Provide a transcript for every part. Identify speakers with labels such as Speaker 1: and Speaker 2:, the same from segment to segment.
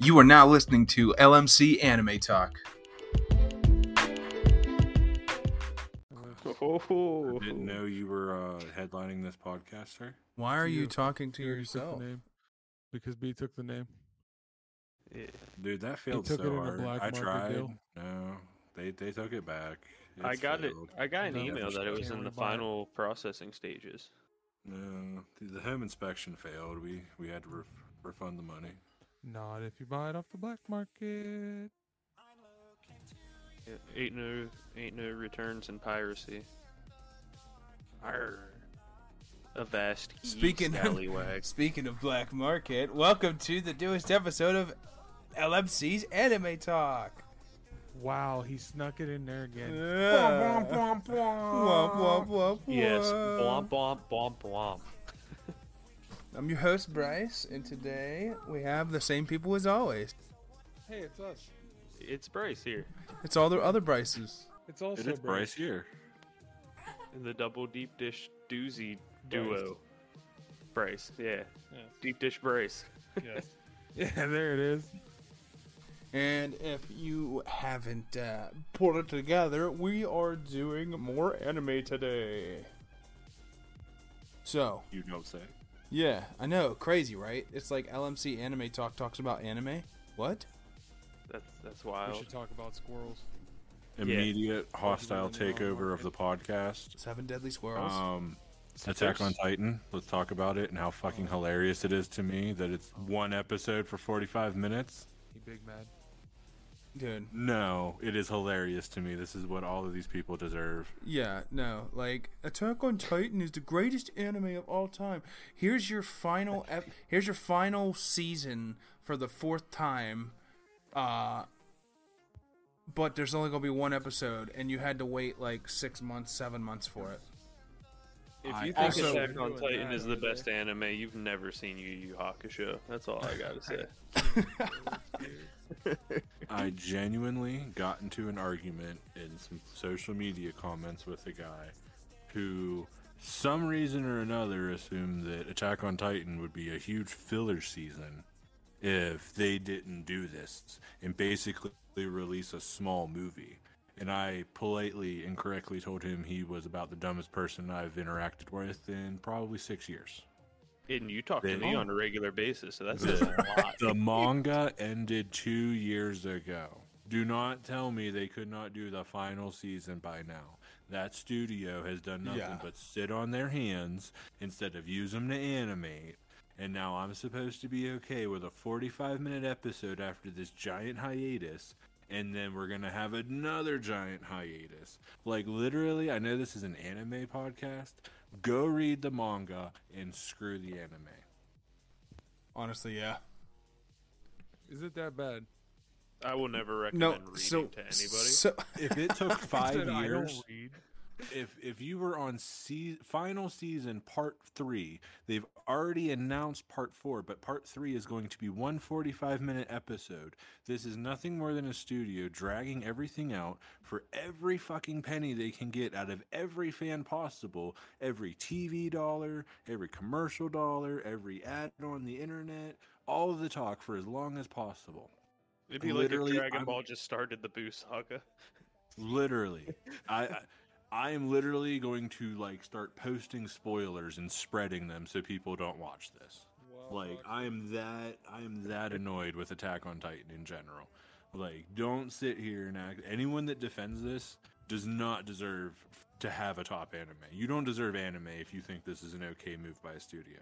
Speaker 1: You are now listening to LMC Anime Talk.
Speaker 2: Oh.
Speaker 3: I didn't know you were uh, headlining this podcast, sir.
Speaker 1: Why are
Speaker 2: It's
Speaker 1: you
Speaker 2: you.
Speaker 1: talking to
Speaker 2: Gary took the
Speaker 1: yourself?
Speaker 2: name, Because B took the name.
Speaker 4: Yeah.
Speaker 3: Dude, that failed
Speaker 2: took it
Speaker 3: so
Speaker 2: in a
Speaker 3: hard.
Speaker 2: black
Speaker 3: I
Speaker 2: market
Speaker 3: tried.
Speaker 2: deal.
Speaker 3: No, they they took it back.
Speaker 4: I
Speaker 3: It's
Speaker 4: got it.
Speaker 3: failed.
Speaker 4: I got an
Speaker 2: No,
Speaker 4: email
Speaker 3: that's
Speaker 4: that it
Speaker 2: just
Speaker 4: was
Speaker 2: can't
Speaker 4: in the
Speaker 2: rebuy it.
Speaker 4: final processing stages.
Speaker 3: No, the- the home inspection failed. We we had to ref- refund the money.
Speaker 2: Not if you buy it off the black market.
Speaker 4: Yeah, ain't no, ain't no returns in piracy. Arr. A vast
Speaker 1: Speaking
Speaker 4: yeast
Speaker 1: of-
Speaker 4: alleyway.
Speaker 1: Speaking of black market, welcome to the newest episode of LMC's Anime Talk.
Speaker 2: Wow, he snuck it in there again.
Speaker 1: Womp, womp, womp,
Speaker 4: yes,
Speaker 1: womp.
Speaker 4: blomp, blomp, blomp, blomp.
Speaker 1: I'm your host Bryce, and today we have the same people as always.
Speaker 2: Hey, it's us.
Speaker 4: It's Bryce here
Speaker 1: It's all the other Bryces.
Speaker 2: It's also
Speaker 3: It is Bryce here.
Speaker 4: in the double deep dish doozy duo. Bryce, yeah.
Speaker 2: Yes.
Speaker 4: Deep dish Bryce.
Speaker 2: Yes. yeah, there it is.
Speaker 1: And if you haven't uh, pulled it together, we are doing more anime today. So,
Speaker 3: You don't say.
Speaker 1: yeah, I know, crazy, right? It's like LMC Anime Talk talks about anime. What?
Speaker 4: That's that's
Speaker 2: We
Speaker 4: wild.
Speaker 2: should talk about squirrels.
Speaker 3: Immediate hostile
Speaker 2: Wasn't in the wrong
Speaker 3: takeover of the podcast.
Speaker 1: Seven Deadly Squirrels.
Speaker 4: Uh.
Speaker 3: Um, Attack on Titan. Let's talk about it and how fucking hilarious it is to me that it's one episode for 45 minutes.
Speaker 2: He big mad.
Speaker 1: Dude,
Speaker 3: No, it is hilarious to me. This is what all of these people deserve.
Speaker 1: yeah, no, like Attack on Titan is the greatest anime of all time. Here's your final, ep- here's your final season for the fourth time. Uh, but there's only gonna be one episode, and you had to wait like six months, seven months for it.
Speaker 4: If
Speaker 3: I
Speaker 4: you think
Speaker 1: also-
Speaker 4: Attack on
Speaker 2: Doing
Speaker 4: Titan
Speaker 2: that
Speaker 4: is the
Speaker 2: over there.
Speaker 4: best anime, you've never seen Yu Yu Hakusho. That's all I gotta say.
Speaker 3: I genuinely got into an argument in some social media comments with a guy who, some reason or another, assumed that Attack on Titan would be a huge filler season if they didn't do this and basically release a small movie. And I politely and correctly told him he was about the dumbest person I've interacted with in probably six years.
Speaker 4: And you talk
Speaker 3: They-
Speaker 4: to me on a regular basis, so that says a lot.
Speaker 3: The manga ended two years ago. Do not tell me they could not do the final season by now. That studio has done nothing
Speaker 1: Yeah.
Speaker 3: but sit on their hands instead of use them to animate. And now I'm supposed to be okay with a 45 minute episode after this giant hiatus. And then we're going to have another giant hiatus. Like, literally, I know this is an anime podcast. Go read the manga and screw the anime.
Speaker 1: Honestly, yeah.
Speaker 2: Is it that bad?
Speaker 4: I will never recommend
Speaker 1: No,
Speaker 4: reading
Speaker 1: so
Speaker 4: to anybody.
Speaker 1: so
Speaker 3: If it took
Speaker 2: He
Speaker 3: five
Speaker 2: said, I don't
Speaker 3: years,
Speaker 2: read.
Speaker 3: if if you were on se- final season part three, they've already announced part four, but part three is going to be one 45 minute episode. This is nothing more than a studio dragging everything out for every fucking penny they can get out of every fan possible, every TV dollar, every commercial dollar, every ad on the internet, all of the talk for as long as possible.
Speaker 4: It'd be like if
Speaker 3: Literally,
Speaker 4: Dragon
Speaker 3: I'm-
Speaker 4: Ball just started the Boo saga.
Speaker 3: Literally, I, I I am literally going to like start posting spoilers and spreading them so people don't watch this. Like I am that I am that annoyed with Attack on Titan in general. Like, don't sit here and act. Anyone that defends this does not deserve to have a top anime. You don't deserve anime if you think this is an okay move by a studio.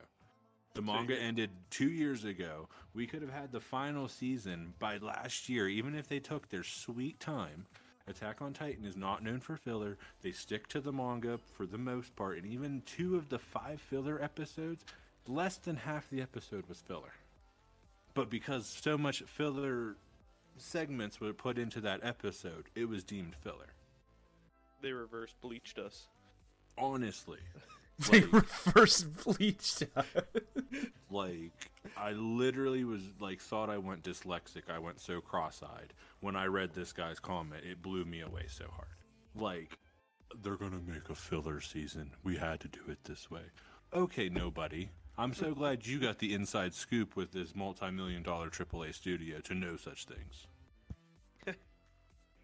Speaker 3: The manga ended two years ago. We could have had the final season by last year, even if they took their sweet time. Attack on Titan is not known for filler. They stick to the manga for the most part, and even two of the five filler episodes, less than half the episode was filler. But because so much filler segments were put into that episode, it was deemed filler.
Speaker 4: They reverse bleached us.
Speaker 3: Honestly,
Speaker 1: they
Speaker 3: like,
Speaker 1: reverse bleached out.
Speaker 3: like I literally was like thought I went dyslexic. I went so cross-eyed when I read this guy's comment. It blew me away so hard. Like they're going to make a filler season. We had to do it this way. Okay, nobody. I'm so glad you got the inside scoop with this multi-million dollar AAA studio to know such things.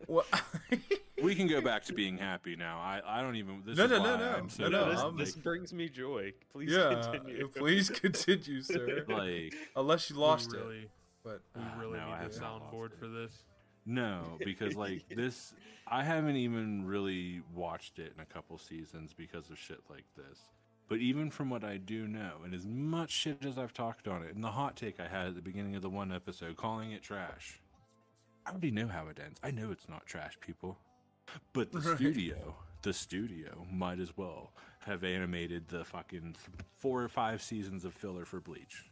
Speaker 1: Well,
Speaker 3: We can go back to being happy now. I, I don't even. This
Speaker 1: No,
Speaker 3: is
Speaker 1: no, no,
Speaker 3: why
Speaker 1: no.
Speaker 3: I'm
Speaker 1: No,
Speaker 3: so
Speaker 1: no,
Speaker 3: done.
Speaker 1: I'm-
Speaker 3: Like-
Speaker 1: this
Speaker 4: this brings me joy. Please
Speaker 1: yeah,
Speaker 4: continue.
Speaker 1: please continue, sir.
Speaker 3: like
Speaker 1: Unless you lost
Speaker 2: we
Speaker 1: it,
Speaker 2: really,
Speaker 1: but
Speaker 2: We
Speaker 3: Ah,
Speaker 2: really
Speaker 3: no, I
Speaker 2: need a
Speaker 3: have not lost
Speaker 2: soundboard
Speaker 3: it.
Speaker 2: for this.
Speaker 3: No, because like this, I haven't even really watched it in a couple seasons because of shit like this. But even from what I do know, and as much shit as I've talked on it, and the hot take I had at the beginning of the one episode, calling it trash, I already know how it ends. I know it's not trash, people. But the
Speaker 1: Right.
Speaker 3: studio, the studio might as well have animated the fucking th- four or five seasons of filler for Bleach.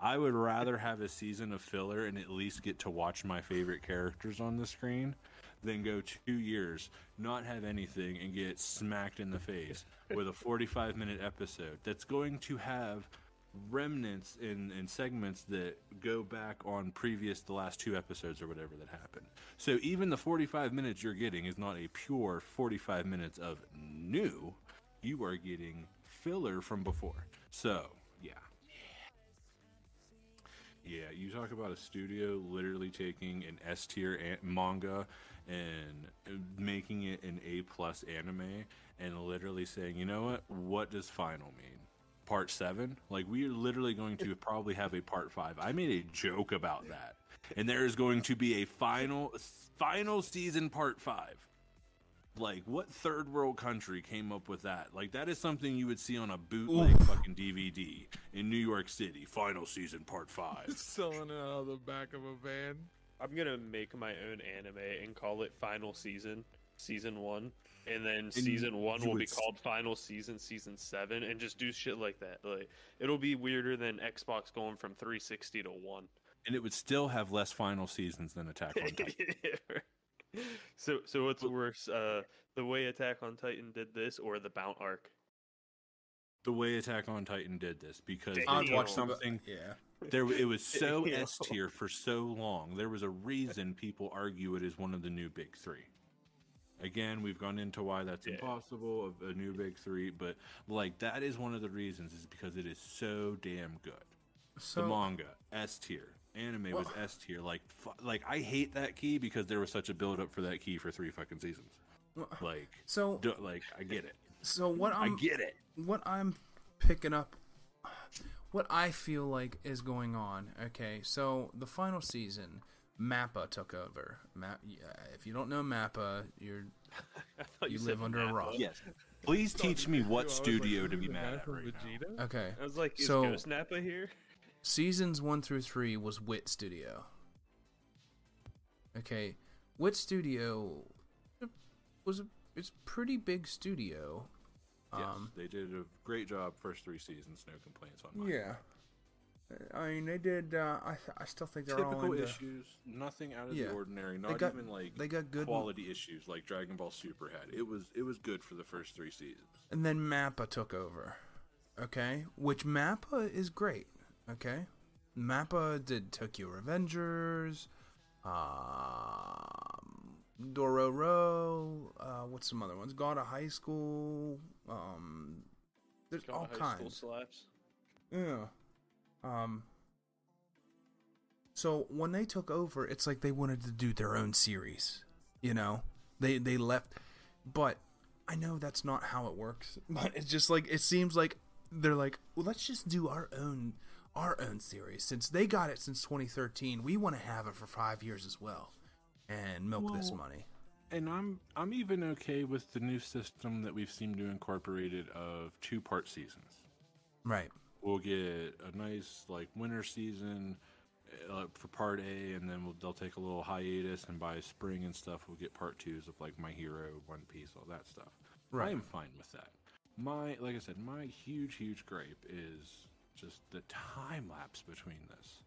Speaker 3: I would rather have a season of filler and at least get to watch my favorite characters on the screen than go two years, not have anything, and get smacked in the face with a 45 minute episode that's going to have remnants in, in segments that go back on previous, the last two episodes or whatever that happened. So even the 45 minutes you're getting is not a pure 45 minutes of new, you are getting filler from before. So, yeah. Yeah, you talk about a studio literally taking an S tier an- manga and uh, making it an A plus anime, and literally saying, you know what? What does final mean? Part seven? Like we are literally going to probably have a part five. I made a joke about that, and there is going to be a final final season part five. Like what third world country came up with that? Like that is something you would see on a bootleg fucking DVD in New York City. Final season part five.
Speaker 2: Selling it out of the back of a van.
Speaker 4: I'm gonna make my own anime and call it Final Season, Season One, and then Season One
Speaker 3: you
Speaker 4: will be
Speaker 3: would s-
Speaker 4: called Final Season, Season Seven, and just do shit like that. Like it'll be weirder than Xbox going from 360 to one.
Speaker 3: and it would still have less final seasons than Attack on Titan.
Speaker 4: so, so what's worse, uh, the way Attack on Titan did this, or the Bount arc?
Speaker 3: the way Attack on Titan did this because
Speaker 4: Damn.
Speaker 3: they
Speaker 1: I'd watch
Speaker 3: watched
Speaker 4: Damn.
Speaker 1: something.
Speaker 3: something
Speaker 1: uh, Yeah,
Speaker 3: there it was so
Speaker 4: Damn.
Speaker 3: S tier for so long. There was a reason people argue it is one of the new big 3. Again, we've gone into why that's
Speaker 4: Yeah.
Speaker 3: impossible of a new big 3, but like that is one of the reasons is because it is so damn good. the
Speaker 1: so
Speaker 3: manga S tier. Anime was
Speaker 1: Well-
Speaker 3: S tier. Like, fu- like I hate that key because there was such a build up for that key for three fucking seasons.
Speaker 1: Well-
Speaker 3: Like,
Speaker 1: so
Speaker 3: do, like I get it.
Speaker 1: so what
Speaker 3: I
Speaker 1: I'm
Speaker 3: get it.
Speaker 1: what I'm picking up, what I feel like is going on. Okay, so the final season, Mappa took over. Map, yeah, if you don't know Mappa, you're
Speaker 4: I thought
Speaker 1: you
Speaker 4: said
Speaker 1: live under a
Speaker 4: Nappa.
Speaker 1: rock.
Speaker 3: Yes. Please teach me
Speaker 2: I
Speaker 3: what
Speaker 2: was like,
Speaker 3: studio
Speaker 2: "Who's
Speaker 3: to be
Speaker 2: the guy
Speaker 3: mad at
Speaker 2: from
Speaker 3: right now.
Speaker 2: Vegeta?
Speaker 1: Okay,
Speaker 4: I was like, is
Speaker 1: So-
Speaker 4: Ghost Nappa here?
Speaker 1: seasons one through three was Wit Studio. Okay, Wit Studio was a, it's a pretty big studio. Um,
Speaker 3: yes, they did a great job first three seasons. No complaints on mine.
Speaker 1: yeah. I mean, they did. Uh, I I still think they're all
Speaker 3: Typical
Speaker 1: into-
Speaker 3: issues, nothing out of
Speaker 1: Yeah.
Speaker 3: the ordinary.
Speaker 1: They
Speaker 3: Not
Speaker 1: got-
Speaker 3: even like
Speaker 1: they got good-
Speaker 3: quality issues like Dragon Ball Super had. It was it was good for the first three seasons.
Speaker 1: and then Mappa took over. Okay, which Mappa is great. Okay, Mappa did Tokyo Revengers, um, Dororo. Uh, what's some other ones? God of High School. Um, there's
Speaker 4: Got
Speaker 1: all
Speaker 4: high School
Speaker 1: kinds.
Speaker 4: slaps.
Speaker 1: Yeah. Um. So when they took over, it's like they wanted to do their own series. You know, they they left, but I know that's not how it works. But it's just like it seems like they're like, well, let's just do our own our own series since they got it since 2013. We want to have it for five years as well, and milk this
Speaker 3: Well,
Speaker 1: money.
Speaker 3: And I'm I'm even okay with the new system that we've seemed to incorporate it of two part seasons.
Speaker 1: Right.
Speaker 3: we'll get a nice like winter season uh, for part A, and then we'll, they'll take a little hiatus, and by spring and stuff, we'll get part twos of like My Hero, One Piece, all that stuff.
Speaker 1: Right.
Speaker 3: I am fine with that. My like I said, my huge huge gripe is just the time lapse between this.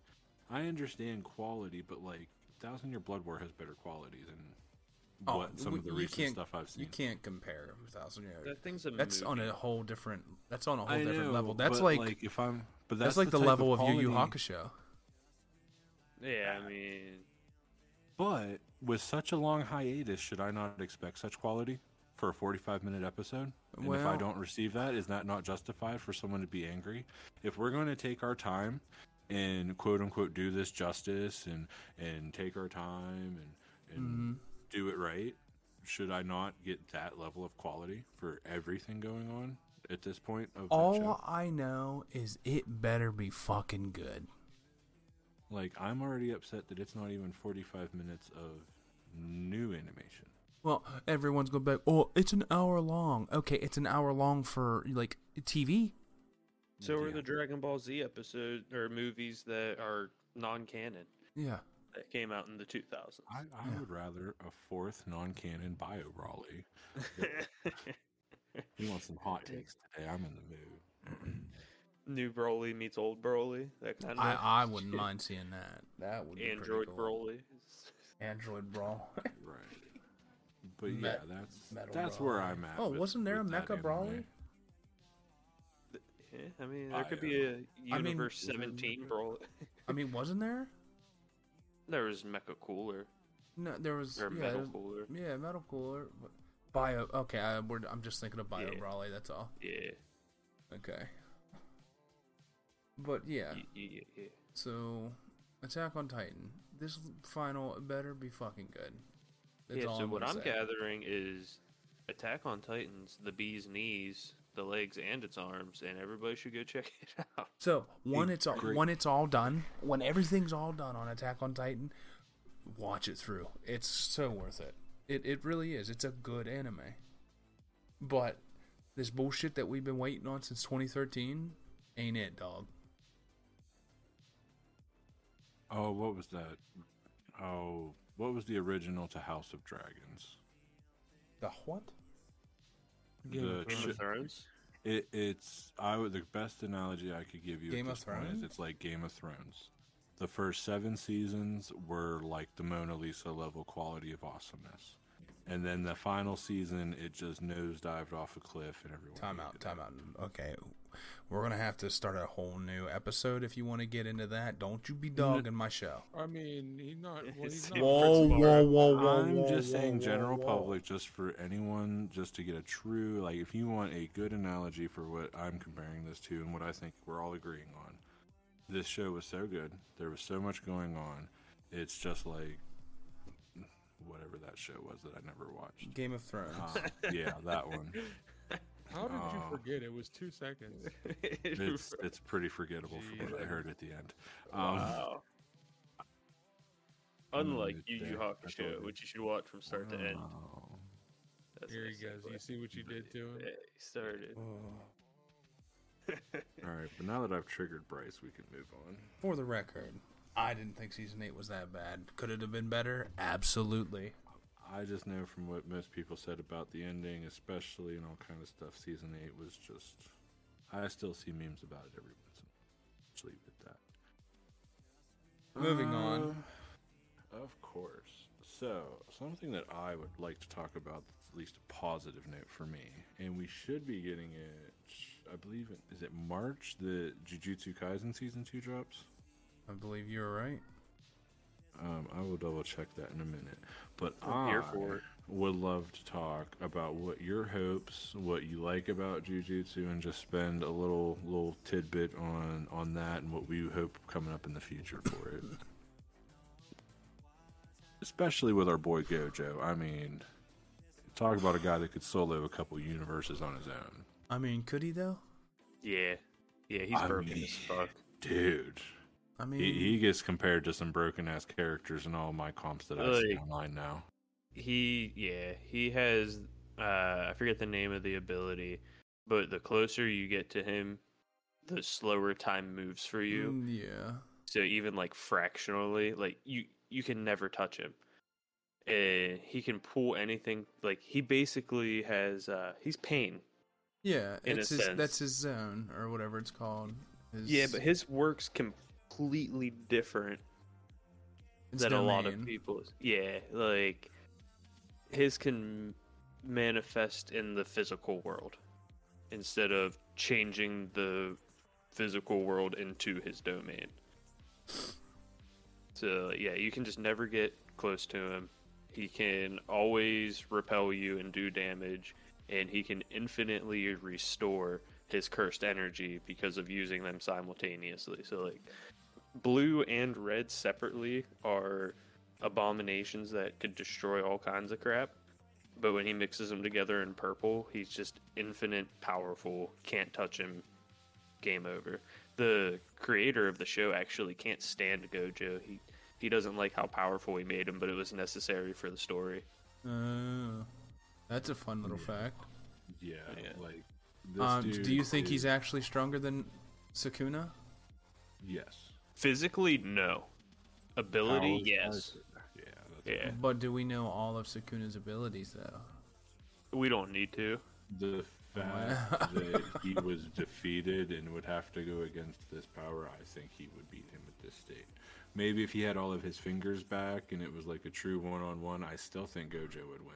Speaker 3: I understand quality, but like Thousand Year Blood War has better quality than what some
Speaker 1: we-
Speaker 3: of the
Speaker 1: Oh, you
Speaker 3: recent
Speaker 1: can't-
Speaker 3: stuff I've seen.
Speaker 1: You can't compare with Thousand Years.
Speaker 4: That thing's a
Speaker 1: That's
Speaker 4: movie.
Speaker 1: on a whole different. That's on a whole
Speaker 3: I
Speaker 1: different
Speaker 3: know,
Speaker 1: level. That's
Speaker 3: but,
Speaker 1: like,
Speaker 3: if I'm, but
Speaker 1: that's,
Speaker 3: that's,
Speaker 1: like the,
Speaker 3: type
Speaker 1: level of, Yu Yu
Speaker 3: quality-
Speaker 1: Hakusho.
Speaker 4: Yeah, I mean,
Speaker 3: But with such a long hiatus, should I not expect such quality? for a 45 minute episode. And if I
Speaker 1: Well-
Speaker 3: don't receive that, is that not justified for someone to be angry? If we're going to take our time and quote unquote do this justice and and take our time and and
Speaker 1: Mm-hmm.
Speaker 3: do it right, should I not get that level of quality for everything going on at this point of the
Speaker 1: All
Speaker 3: show?
Speaker 1: I know is it better be fucking good.
Speaker 3: Like I'm already upset that it's not even 45 minutes of new animation.
Speaker 1: Well, everyone's going back. Oh, it's an hour long. Okay, it's an hour long for like TV.
Speaker 4: So are
Speaker 3: Yeah.
Speaker 4: the Dragon Ball Z episodes or movies that are non-canon
Speaker 1: Yeah.
Speaker 4: that came out in the 2000s.
Speaker 3: I, I would rather a fourth non-canon bio Raleigh. You want some hot takes today? I'm in the mood.
Speaker 4: New Broly meets old Broly. That kind of
Speaker 1: I, I wouldn't mind seeing that. That would be
Speaker 4: Android
Speaker 1: pretty cool.
Speaker 4: Broly.
Speaker 1: Android brawl.
Speaker 3: Right. But
Speaker 1: Me-
Speaker 3: yeah, that's
Speaker 1: Metal
Speaker 3: that's where
Speaker 1: Brawley.
Speaker 3: I'm at.
Speaker 1: Oh,
Speaker 3: with-
Speaker 1: wasn't there a
Speaker 3: with that
Speaker 1: Mecha Brawley?
Speaker 3: anime.
Speaker 4: Yeah, I mean,
Speaker 3: I,
Speaker 4: there could be
Speaker 3: uh,
Speaker 4: a
Speaker 1: I mean,
Speaker 4: Universe 17 Broly.
Speaker 1: I mean, wasn't there?
Speaker 4: There was Mecha Cooler
Speaker 1: No, there was.
Speaker 4: or
Speaker 1: yeah,
Speaker 4: Metal
Speaker 1: there-
Speaker 4: Cooler.
Speaker 1: Yeah, metal cooler. but- Bio. Okay, I, we're, I'm just thinking of bio
Speaker 4: Yeah.
Speaker 1: Brawley. That's all.
Speaker 4: Yeah,
Speaker 1: Okay. But yeah,
Speaker 4: yeah, yeah, yeah.
Speaker 1: so Attack on Titan. This final better be fucking good. That's
Speaker 4: yeah
Speaker 1: all
Speaker 4: so what
Speaker 1: gonna
Speaker 4: I'm
Speaker 1: say.
Speaker 4: gathering is Attack on Titans, the bee's knees, the legs, and its arms, and everybody should go check it out.
Speaker 1: So when it's all,
Speaker 3: great-
Speaker 1: when it's all done, when everything's all done on Attack on Titan, watch it through. It's so worth it. It it really is. It's a good anime. But this bullshit that we've been waiting on since 2013 ain't it, dog.
Speaker 3: Oh, what was that? Oh, what was the original to House of Dragons?
Speaker 1: The what?
Speaker 2: Game
Speaker 3: the
Speaker 2: of
Speaker 3: chi-
Speaker 4: Game of Thrones.
Speaker 3: it, it's I would the best analogy I could give you.
Speaker 1: Game
Speaker 3: at
Speaker 1: of
Speaker 3: this point is
Speaker 1: Thrones?
Speaker 3: it's like Game of Thrones. The first seven seasons were like the Mona Lisa level quality of awesomeness, and then the final season it just nosedived off a cliff and everyone.
Speaker 1: Time
Speaker 3: hated
Speaker 1: out.
Speaker 3: it.
Speaker 1: Time out. Okay. We're gonna have to start a whole new episode if you want to get into that. Don't you be dogging my show.
Speaker 2: I mean, he's not. Well, he's not
Speaker 4: Whoa, Whoa, whoa,
Speaker 3: I'm just saying, general public, just for anyone, just to get a true like, if you want a good analogy for what I'm comparing this to and what I think we're all agreeing on, this show was so good. There was so much going on. It's just like whatever that show was that I never watched.
Speaker 1: Game of Thrones.
Speaker 3: Uh, yeah, that one.
Speaker 2: How did you
Speaker 3: Oh.
Speaker 2: forget? It was two seconds.
Speaker 3: It's it's pretty forgettable from what I heard at the end. Um,
Speaker 4: wow.
Speaker 3: I'm gonna
Speaker 4: Unlike
Speaker 3: mute
Speaker 4: Yu Yu
Speaker 3: there. I told
Speaker 4: Hakusho,
Speaker 3: you.
Speaker 4: which you should watch from start to end.
Speaker 3: oh.
Speaker 4: That's
Speaker 2: Here
Speaker 4: what
Speaker 2: he
Speaker 4: I said,
Speaker 2: goes.
Speaker 4: but-
Speaker 2: You see what you did to him?
Speaker 4: Yeah, he started.
Speaker 3: All right, but now that I've triggered Bryce, we can move on.
Speaker 1: For the record, I didn't think season eight was that bad. Could it have been better? Absolutely.
Speaker 3: I just know from what most people said about the ending, especially and all kind of stuff, season eight was just. I still see memes about it every once in a while. Just leave it at that.
Speaker 1: Moving on.
Speaker 3: Uh, Of course. So, something that I would like to talk about, that's at least a positive note for me, and we should be getting it. I believe it is it March the Jujutsu Kaisen season two drops.
Speaker 1: I believe you were right.
Speaker 3: Um, I will double check that in a minute. But
Speaker 4: I'm
Speaker 3: I
Speaker 4: here for it.
Speaker 3: would love to talk about what your hopes, what you like about jujitsu, and just spend a little little tidbit on on that and what we hope coming up in the future for it. Especially with our boy Gojo. I mean, talk about a guy that could solo a couple universes on his own,
Speaker 1: I mean, could he though?
Speaker 4: Yeah. Yeah, he's
Speaker 3: I
Speaker 4: broken
Speaker 3: mean-
Speaker 4: as fuck.
Speaker 3: dude.
Speaker 1: I mean,
Speaker 3: He, he gets compared to some broken ass characters in all my comps that I see
Speaker 4: Like-
Speaker 3: online now.
Speaker 4: He, yeah, he has, uh, I forget the name of the ability, but the closer you get to him, the slower time moves for you.
Speaker 1: Mm, yeah.
Speaker 4: So even like fractionally, like you you can never touch him. And he can pull anything. Like he basically has uh he's pain.
Speaker 1: Yeah,
Speaker 4: In a
Speaker 1: it's his,
Speaker 4: sense.
Speaker 1: that's his zone or whatever it's called. His,
Speaker 4: Yeah, but his work's completely different
Speaker 1: his
Speaker 4: than a lot
Speaker 1: domain.
Speaker 4: of people's. Yeah, like his can manifest in the physical world instead of changing the physical world into his domain. So yeah, you can just never get close to him. He can always repel you and do damage, and he can infinitely restore his cursed energy because of using them simultaneously. So like blue and red separately are abominations that could destroy all kinds of crap. But when he mixes them together in purple, he's just infinite powerful. Can't touch him. Game over. The creator of the show actually can't stand Gojo. He he doesn't like how powerful we made him, but it was necessary for the story.
Speaker 1: Uh, that's a fun little fact.
Speaker 3: Yeah,
Speaker 4: Yeah.
Speaker 3: like. This
Speaker 1: Um,
Speaker 3: dude
Speaker 1: do you think
Speaker 3: is-
Speaker 1: he's actually stronger than Sukuna?
Speaker 3: Yes.
Speaker 4: Physically, no. Ability,
Speaker 3: Powers-
Speaker 4: yes.
Speaker 3: Yeah. That's,
Speaker 4: Yeah,
Speaker 1: But do we know all of Sukuna's abilities though?
Speaker 4: we don't need to.
Speaker 3: The fact that he was defeated and would have to go against this power, I think he would beat him at this state. Maybe if he had all of his fingers back and it was like a true one-on-one, I still think Gojo would win.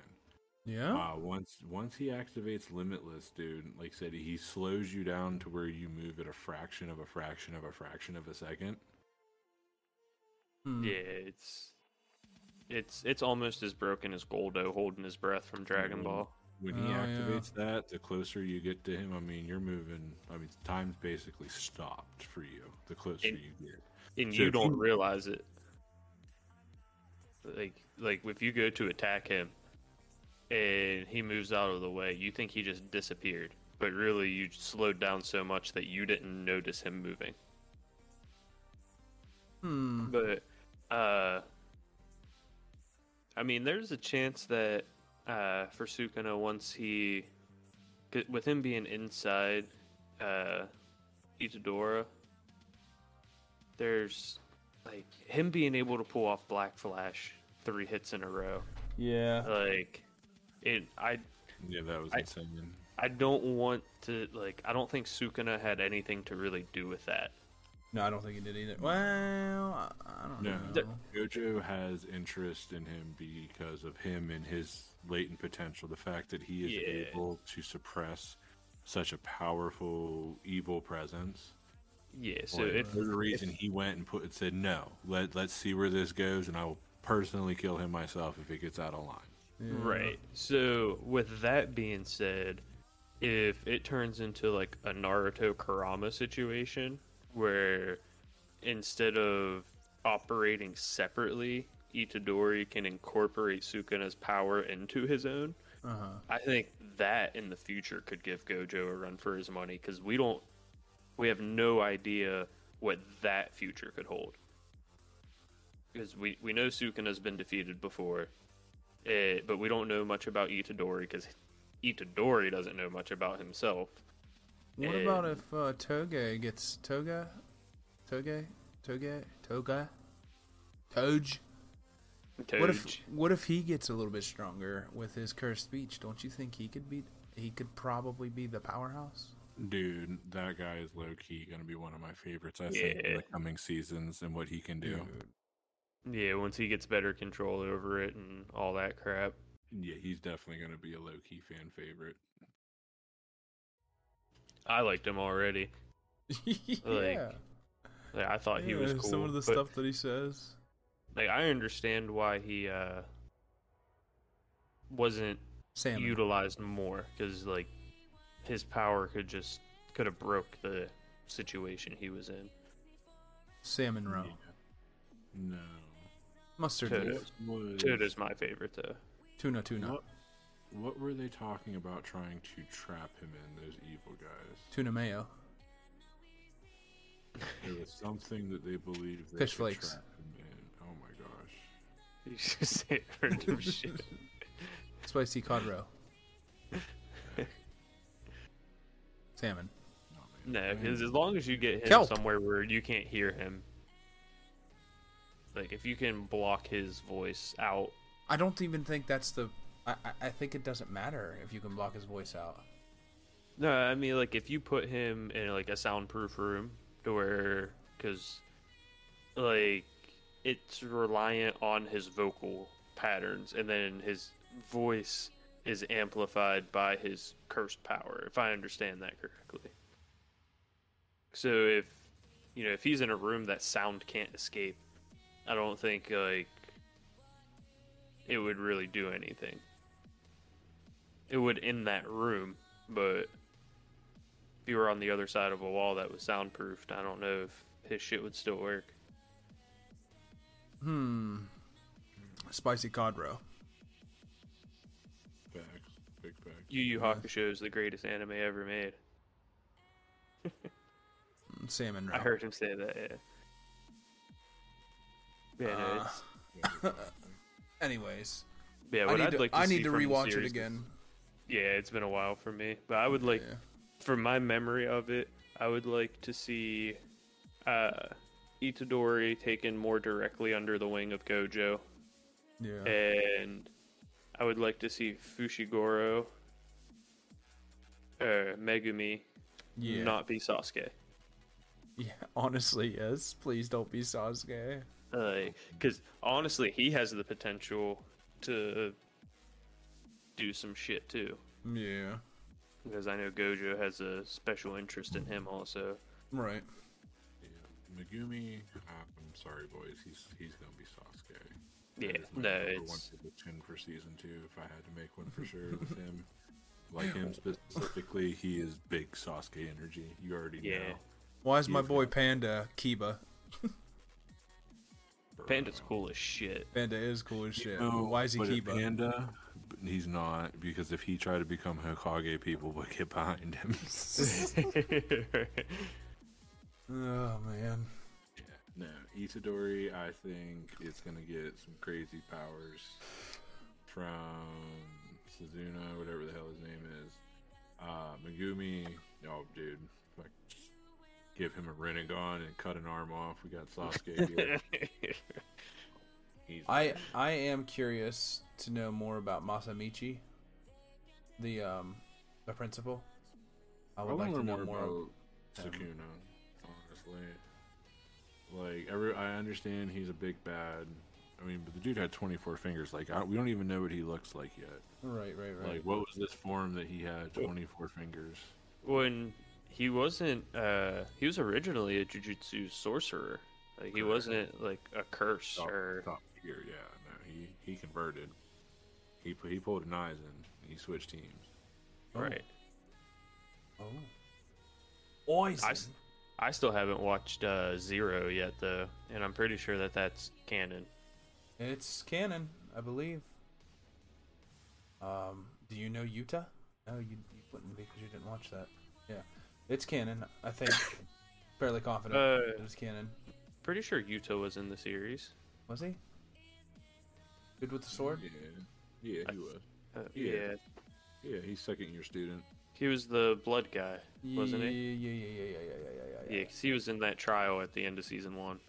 Speaker 1: Yeah.
Speaker 3: Uh, once once he activates Limitless, dude, like I said, he slows you down to where you move at a fraction of a fraction of a fraction of a second.
Speaker 1: Hmm. Mm.
Speaker 4: Yeah, it's it's it's almost as broken as Goldo holding his breath from Dragon Ball.
Speaker 3: When he
Speaker 1: Oh, yeah.
Speaker 3: activates that, the closer you get to him, I mean, you're moving. I mean, time's basically stopped for you. The closer
Speaker 4: And-
Speaker 3: you get.
Speaker 4: and
Speaker 3: So
Speaker 4: you
Speaker 3: if
Speaker 4: don't
Speaker 3: you-
Speaker 4: realize it. Like, like if you go to attack him, and he moves out of the way, you think he just disappeared, but really you slowed down so much that you didn't notice him moving.
Speaker 1: Hmm.
Speaker 4: But, uh, I mean, there's a chance that uh, for Sukuna, once he, 'cause with him being inside, uh, Itadora, there's like him being able to pull off Black Flash three hits in a row.
Speaker 1: Yeah.
Speaker 4: Uh, Like, it, I,
Speaker 3: Yeah, that was
Speaker 4: I-
Speaker 3: insane.
Speaker 4: I don't want to like. I don't think Sukuna had anything to really do with that.
Speaker 1: No, I don't think he did either. Well, I, I don't
Speaker 3: No.
Speaker 1: know.
Speaker 4: The-
Speaker 3: Gojo has interest in him because of him and his latent potential. The fact that he is
Speaker 4: Yeah.
Speaker 3: able to suppress such a powerful evil presence.
Speaker 4: Yeah. So
Speaker 3: Like,
Speaker 4: if
Speaker 3: there's a reason he went and put and said no. Let let's see where this goes, and I will personally kill him myself if it gets out of line.
Speaker 1: Yeah.
Speaker 4: Right. So with that being said, if it turns into like a Naruto Kurama situation where instead of operating separately, Itadori can incorporate Sukuna's power into his own,
Speaker 1: Uh-huh.
Speaker 4: I think that in the future could give Gojo a run for his money cuz we don't we have no idea what that future could hold. Because we, we know Sukuna's been defeated before, eh, but we don't know much about Itadori because Itadori doesn't know much about himself.
Speaker 1: What
Speaker 4: And-
Speaker 1: about if uh, Toge gets Toga? Toge? Toge? Toga? Toge? What if
Speaker 4: Toge.
Speaker 1: what if he gets a little bit stronger with his cursed speech? Don't you think he could be he could probably be the powerhouse?
Speaker 3: Dude, that guy is low key gonna be one of my favorites. I think in
Speaker 4: Yeah.
Speaker 3: the coming seasons and what he can do.
Speaker 4: Yeah, once he gets better control over it and all that crap.
Speaker 3: Yeah, he's definitely gonna be a low key fan favorite.
Speaker 4: I liked him already.
Speaker 1: yeah.
Speaker 4: Like, I thought oh, he was
Speaker 1: Yeah,
Speaker 4: cool.
Speaker 1: Some of the
Speaker 4: but,
Speaker 1: stuff that he says.
Speaker 4: Like I understand why he uh, wasn't
Speaker 1: Salmon.
Speaker 4: utilized more because like his power could just could have broke the situation he was in.
Speaker 1: Salmon roe.
Speaker 3: No.
Speaker 1: Mustard
Speaker 4: Toad.
Speaker 1: leaf.
Speaker 3: What was-
Speaker 4: Toto's my favorite though.
Speaker 1: Tuna tuna.
Speaker 3: What, what were they talking about trying to trap him in, those evil guys?
Speaker 1: Tuna mayo.
Speaker 3: There was something that they believed they
Speaker 1: Fish
Speaker 3: could
Speaker 1: flakes.
Speaker 3: trap him in. Oh my gosh.
Speaker 4: He's just saying random shit.
Speaker 1: Spicy cod roe. Salmon.
Speaker 3: Oh, man.
Speaker 4: No, because as long as you get him
Speaker 1: Kelp.
Speaker 4: somewhere where you can't hear him, like if you can block his voice out,
Speaker 1: I don't even think that's the. I, I- I think it doesn't matter if you can block his voice out.
Speaker 4: No, I mean like if you put him in like a soundproof room to where cuz like it's reliant on his vocal patterns and then his voice is amplified by his cursed power if I understand that correctly. So if you know if he's in a room that sound can't escape, I don't think like it would really do anything. It would in that room, but if you were on the other side of a wall that was soundproofed, I don't know if his shit would still work.
Speaker 1: Hmm. Spicy cod roe.
Speaker 3: Facts. Big facts.
Speaker 4: Yu Yu Hakusho is the greatest anime ever made.
Speaker 1: Salmon roe.
Speaker 4: I heard him say that. Yeah. Yeah, no,
Speaker 1: Uh,
Speaker 4: it's-
Speaker 1: Anyways,
Speaker 4: yeah.
Speaker 1: I
Speaker 4: What
Speaker 1: need
Speaker 4: I'd
Speaker 1: to,
Speaker 4: like to
Speaker 1: I
Speaker 4: see
Speaker 1: need to
Speaker 4: from the
Speaker 1: rewatch it
Speaker 4: series is-
Speaker 1: again.
Speaker 4: Yeah, it's been a while for me, but I would like
Speaker 1: yeah.
Speaker 4: from my memory of it, I would like to see uh, Itadori taken more directly under the wing of Gojo,
Speaker 1: Yeah.
Speaker 4: eh,
Speaker 3: Uh,
Speaker 4: and I would like to see Fushigoro, uh, Megumi,
Speaker 1: yeah.
Speaker 4: not be Sasuke,
Speaker 1: yeah. Honestly, yes. Please don't be Sasuke.
Speaker 4: because honestly, he has the potential to do some shit too.
Speaker 1: Yeah.
Speaker 4: Because I know Gojo has a special interest in him also.
Speaker 1: Right.
Speaker 3: Yeah. Megumi, I'm sorry, boys. He's he's gonna be Sasuke. That
Speaker 4: Yeah,
Speaker 3: is my
Speaker 4: no,
Speaker 3: number one
Speaker 4: it's
Speaker 3: prediction for season two. If I had to make one for sure with him, like him specifically, he is big Sasuke energy. You already
Speaker 4: Yeah.
Speaker 3: know.
Speaker 1: Why is my
Speaker 3: You've
Speaker 1: boy Panda Kiba?
Speaker 3: bro.
Speaker 4: Panda's cool as shit.
Speaker 1: Panda is cool as shit.
Speaker 3: No,
Speaker 1: Why is he
Speaker 3: but if
Speaker 1: Kiba?
Speaker 3: Panda, but he's not because if he tried to become Hokage, people would get behind him.
Speaker 1: oh man.
Speaker 3: Yeah. No, Itadori, I think it's gonna get some crazy powers from Suzuna, whatever the hell his name is. Uh, Megumi, oh dude, like give him a Renegon and cut an arm off. We got Sasuke. here. He's
Speaker 1: I I am curious to know more about Masamichi, the um, the principal. I would like
Speaker 3: wanna
Speaker 1: to
Speaker 3: learn
Speaker 1: know more.
Speaker 3: about Sukuna, honestly. Like every, I understand he's a big bad. I mean, but the dude had 24 fingers. Like I, we don't even know what he looks like yet.
Speaker 1: Right, right, right.
Speaker 3: Like what was this form that he had 24 fingers?
Speaker 4: when he wasn't uh he was originally a jujutsu sorcerer like he wasn't like a curse
Speaker 3: Top,
Speaker 4: or
Speaker 3: top tier, yeah. No, he he converted. He pu- he pulled an eyes in. He switched teams.
Speaker 4: right
Speaker 1: oh. Oison.
Speaker 4: I, s- I still haven't watched uh zero yet though and i'm pretty sure that that's canon
Speaker 1: It's canon, I believe. Um, do you know Utah? No, you, you wouldn't because you didn't watch that. Yeah, it's canon. I think fairly confident
Speaker 4: Uh,
Speaker 1: it was canon.
Speaker 4: pretty sure yuta was in the series
Speaker 1: Was he? Good with the sword.
Speaker 3: Yeah, yeah,
Speaker 4: I-
Speaker 3: he was.
Speaker 4: uh, yeah.
Speaker 3: Yeah. Yeah, he's second year student.
Speaker 4: he was the blood guy wasn't
Speaker 1: yeah,
Speaker 4: he
Speaker 1: Yeah, yeah, yeah, yeah, yeah, yeah, yeah, yeah,
Speaker 4: yeah
Speaker 1: yeah.
Speaker 4: 'cause he was in that trial at the end of season one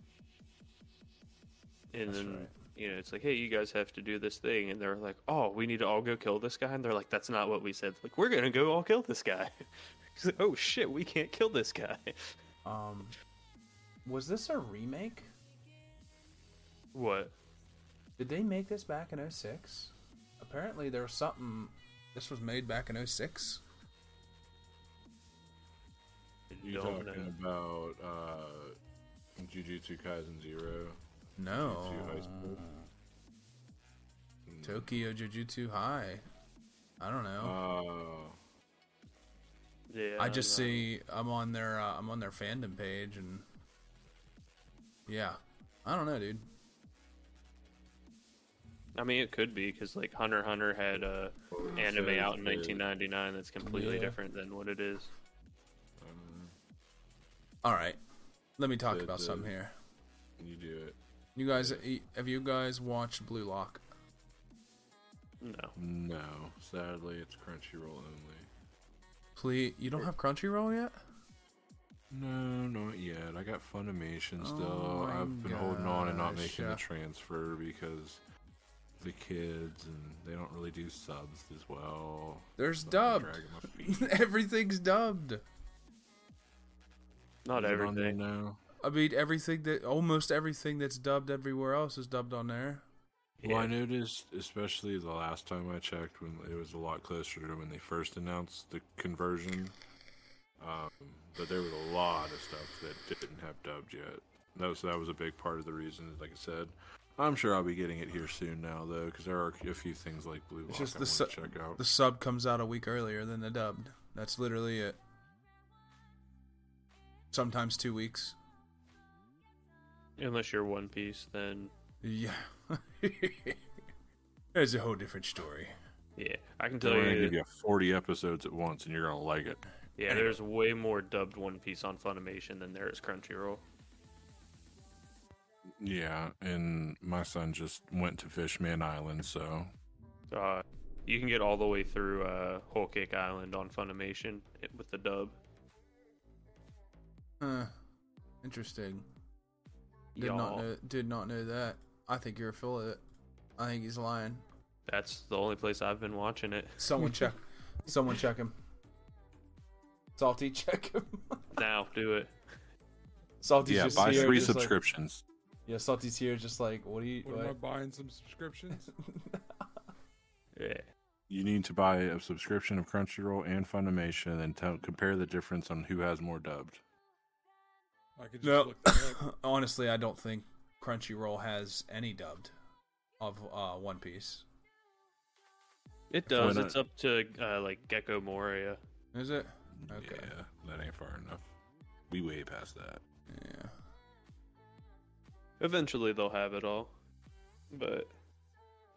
Speaker 4: and
Speaker 1: That's
Speaker 4: then
Speaker 1: right.
Speaker 4: you know it's like hey you guys have to do this thing and they're like oh we need to all go kill this guy and they're like that's not what we said like we're gonna go all kill this guy He's like, oh shit we can't kill this guy
Speaker 1: Um, was this a remake?
Speaker 4: what
Speaker 1: Did they make this back in 06? Apparently, there was something. This was made back in 06?
Speaker 3: You
Speaker 4: Don't
Speaker 3: talking
Speaker 4: know.
Speaker 3: about uh, Jujutsu Kaisen Zero?
Speaker 1: No.
Speaker 3: Jujutsu High School? Mm.
Speaker 1: Tokyo Jujutsu High. I don't know.
Speaker 3: Oh,
Speaker 4: Uh, yeah
Speaker 1: I just
Speaker 4: don't know.
Speaker 1: see I'm on their uh, I'm on their fandom page and yeah, I don't know, dude.
Speaker 4: i mean it could be because like hunter x hunter had a anime
Speaker 3: so
Speaker 4: out in
Speaker 3: good.
Speaker 4: 1999 that's completely
Speaker 1: Yeah.
Speaker 4: different than what it is
Speaker 3: I don't know.
Speaker 1: All right, let me talk
Speaker 3: The-
Speaker 1: about
Speaker 3: the-
Speaker 1: something here.
Speaker 3: You do it.
Speaker 1: You guys, e, have you guys watched Blue Lock?
Speaker 4: no
Speaker 3: No, sadly, it's Crunchyroll only.
Speaker 1: Please, you don't have Crunchyroll yet?
Speaker 3: No, not yet. I got Funimation
Speaker 1: Oh
Speaker 3: still.
Speaker 1: my
Speaker 3: I've been holding on and not making the
Speaker 1: gosh.
Speaker 3: transfer because the kids and they don't really do subs as well.
Speaker 1: There's
Speaker 3: So I'm
Speaker 1: dubbed.
Speaker 3: dragging my feet.
Speaker 1: Everything's dubbed.
Speaker 4: not
Speaker 3: Is it on there
Speaker 4: everything
Speaker 3: now.
Speaker 1: I mean, everything that almost everything that's dubbed everywhere else is dubbed on there.
Speaker 3: Well, I
Speaker 4: Yeah.
Speaker 3: noticed, especially the last time I checked, when it was a lot closer to when they first announced the conversion. Um, but there was a lot of stuff that didn't have dubbed yet. That was that was a big part of the reason. Like I said, I I'm sure I'll be getting it here soon now though, because there are a few things like Blue Lock
Speaker 1: just
Speaker 3: I
Speaker 1: the
Speaker 3: want
Speaker 1: su-
Speaker 3: to check out.
Speaker 1: The sub comes out a week earlier than the dubbed. That's literally it. Sometimes two weeks.
Speaker 4: Unless you're One Piece, then
Speaker 1: Yeah. It's a whole different story.
Speaker 4: yeah, I can
Speaker 3: They're
Speaker 4: tell
Speaker 3: gonna
Speaker 4: you.
Speaker 3: give you 40 episodes at once, and you're gonna like it.
Speaker 4: Yeah, there's way more dubbed One Piece on Funimation than there is Crunchyroll.
Speaker 3: Yeah, and my son just went to Fishman Island, so
Speaker 4: Uh, you can get all the way through uh, Whole Cake Island on Funimation with the dub.
Speaker 1: Uh, interesting. Did not
Speaker 4: Y'all,
Speaker 1: know. Did not know that. I think you're a full of it. I think he's lying.
Speaker 4: that's the only place I've been watching it.
Speaker 1: Someone check. Someone check him. Salty, check him.
Speaker 4: Now do it.
Speaker 1: Salty's
Speaker 3: yeah,
Speaker 1: just
Speaker 3: buy
Speaker 1: here,
Speaker 3: three
Speaker 1: just like-
Speaker 3: subscriptions.
Speaker 1: yeah, Salty's here, just like what do you?
Speaker 2: What am I
Speaker 1: What?
Speaker 2: buying? Some subscriptions?
Speaker 4: Yeah.
Speaker 3: You need to buy a subscription of Crunchyroll and Funimation, and then tell compare the difference on who has more dubbed.
Speaker 2: I could just
Speaker 1: No,
Speaker 2: look them up.
Speaker 1: honestly, I don't think Crunchyroll has any dubbed of uh, One Piece.
Speaker 4: It
Speaker 3: Why
Speaker 4: does.
Speaker 3: not?
Speaker 4: It's up to uh, like Gecko Moria.
Speaker 1: Is it? Okay.
Speaker 3: Yeah, that ain't far enough. We way past that.
Speaker 1: Yeah.
Speaker 4: Eventually they'll have it all, but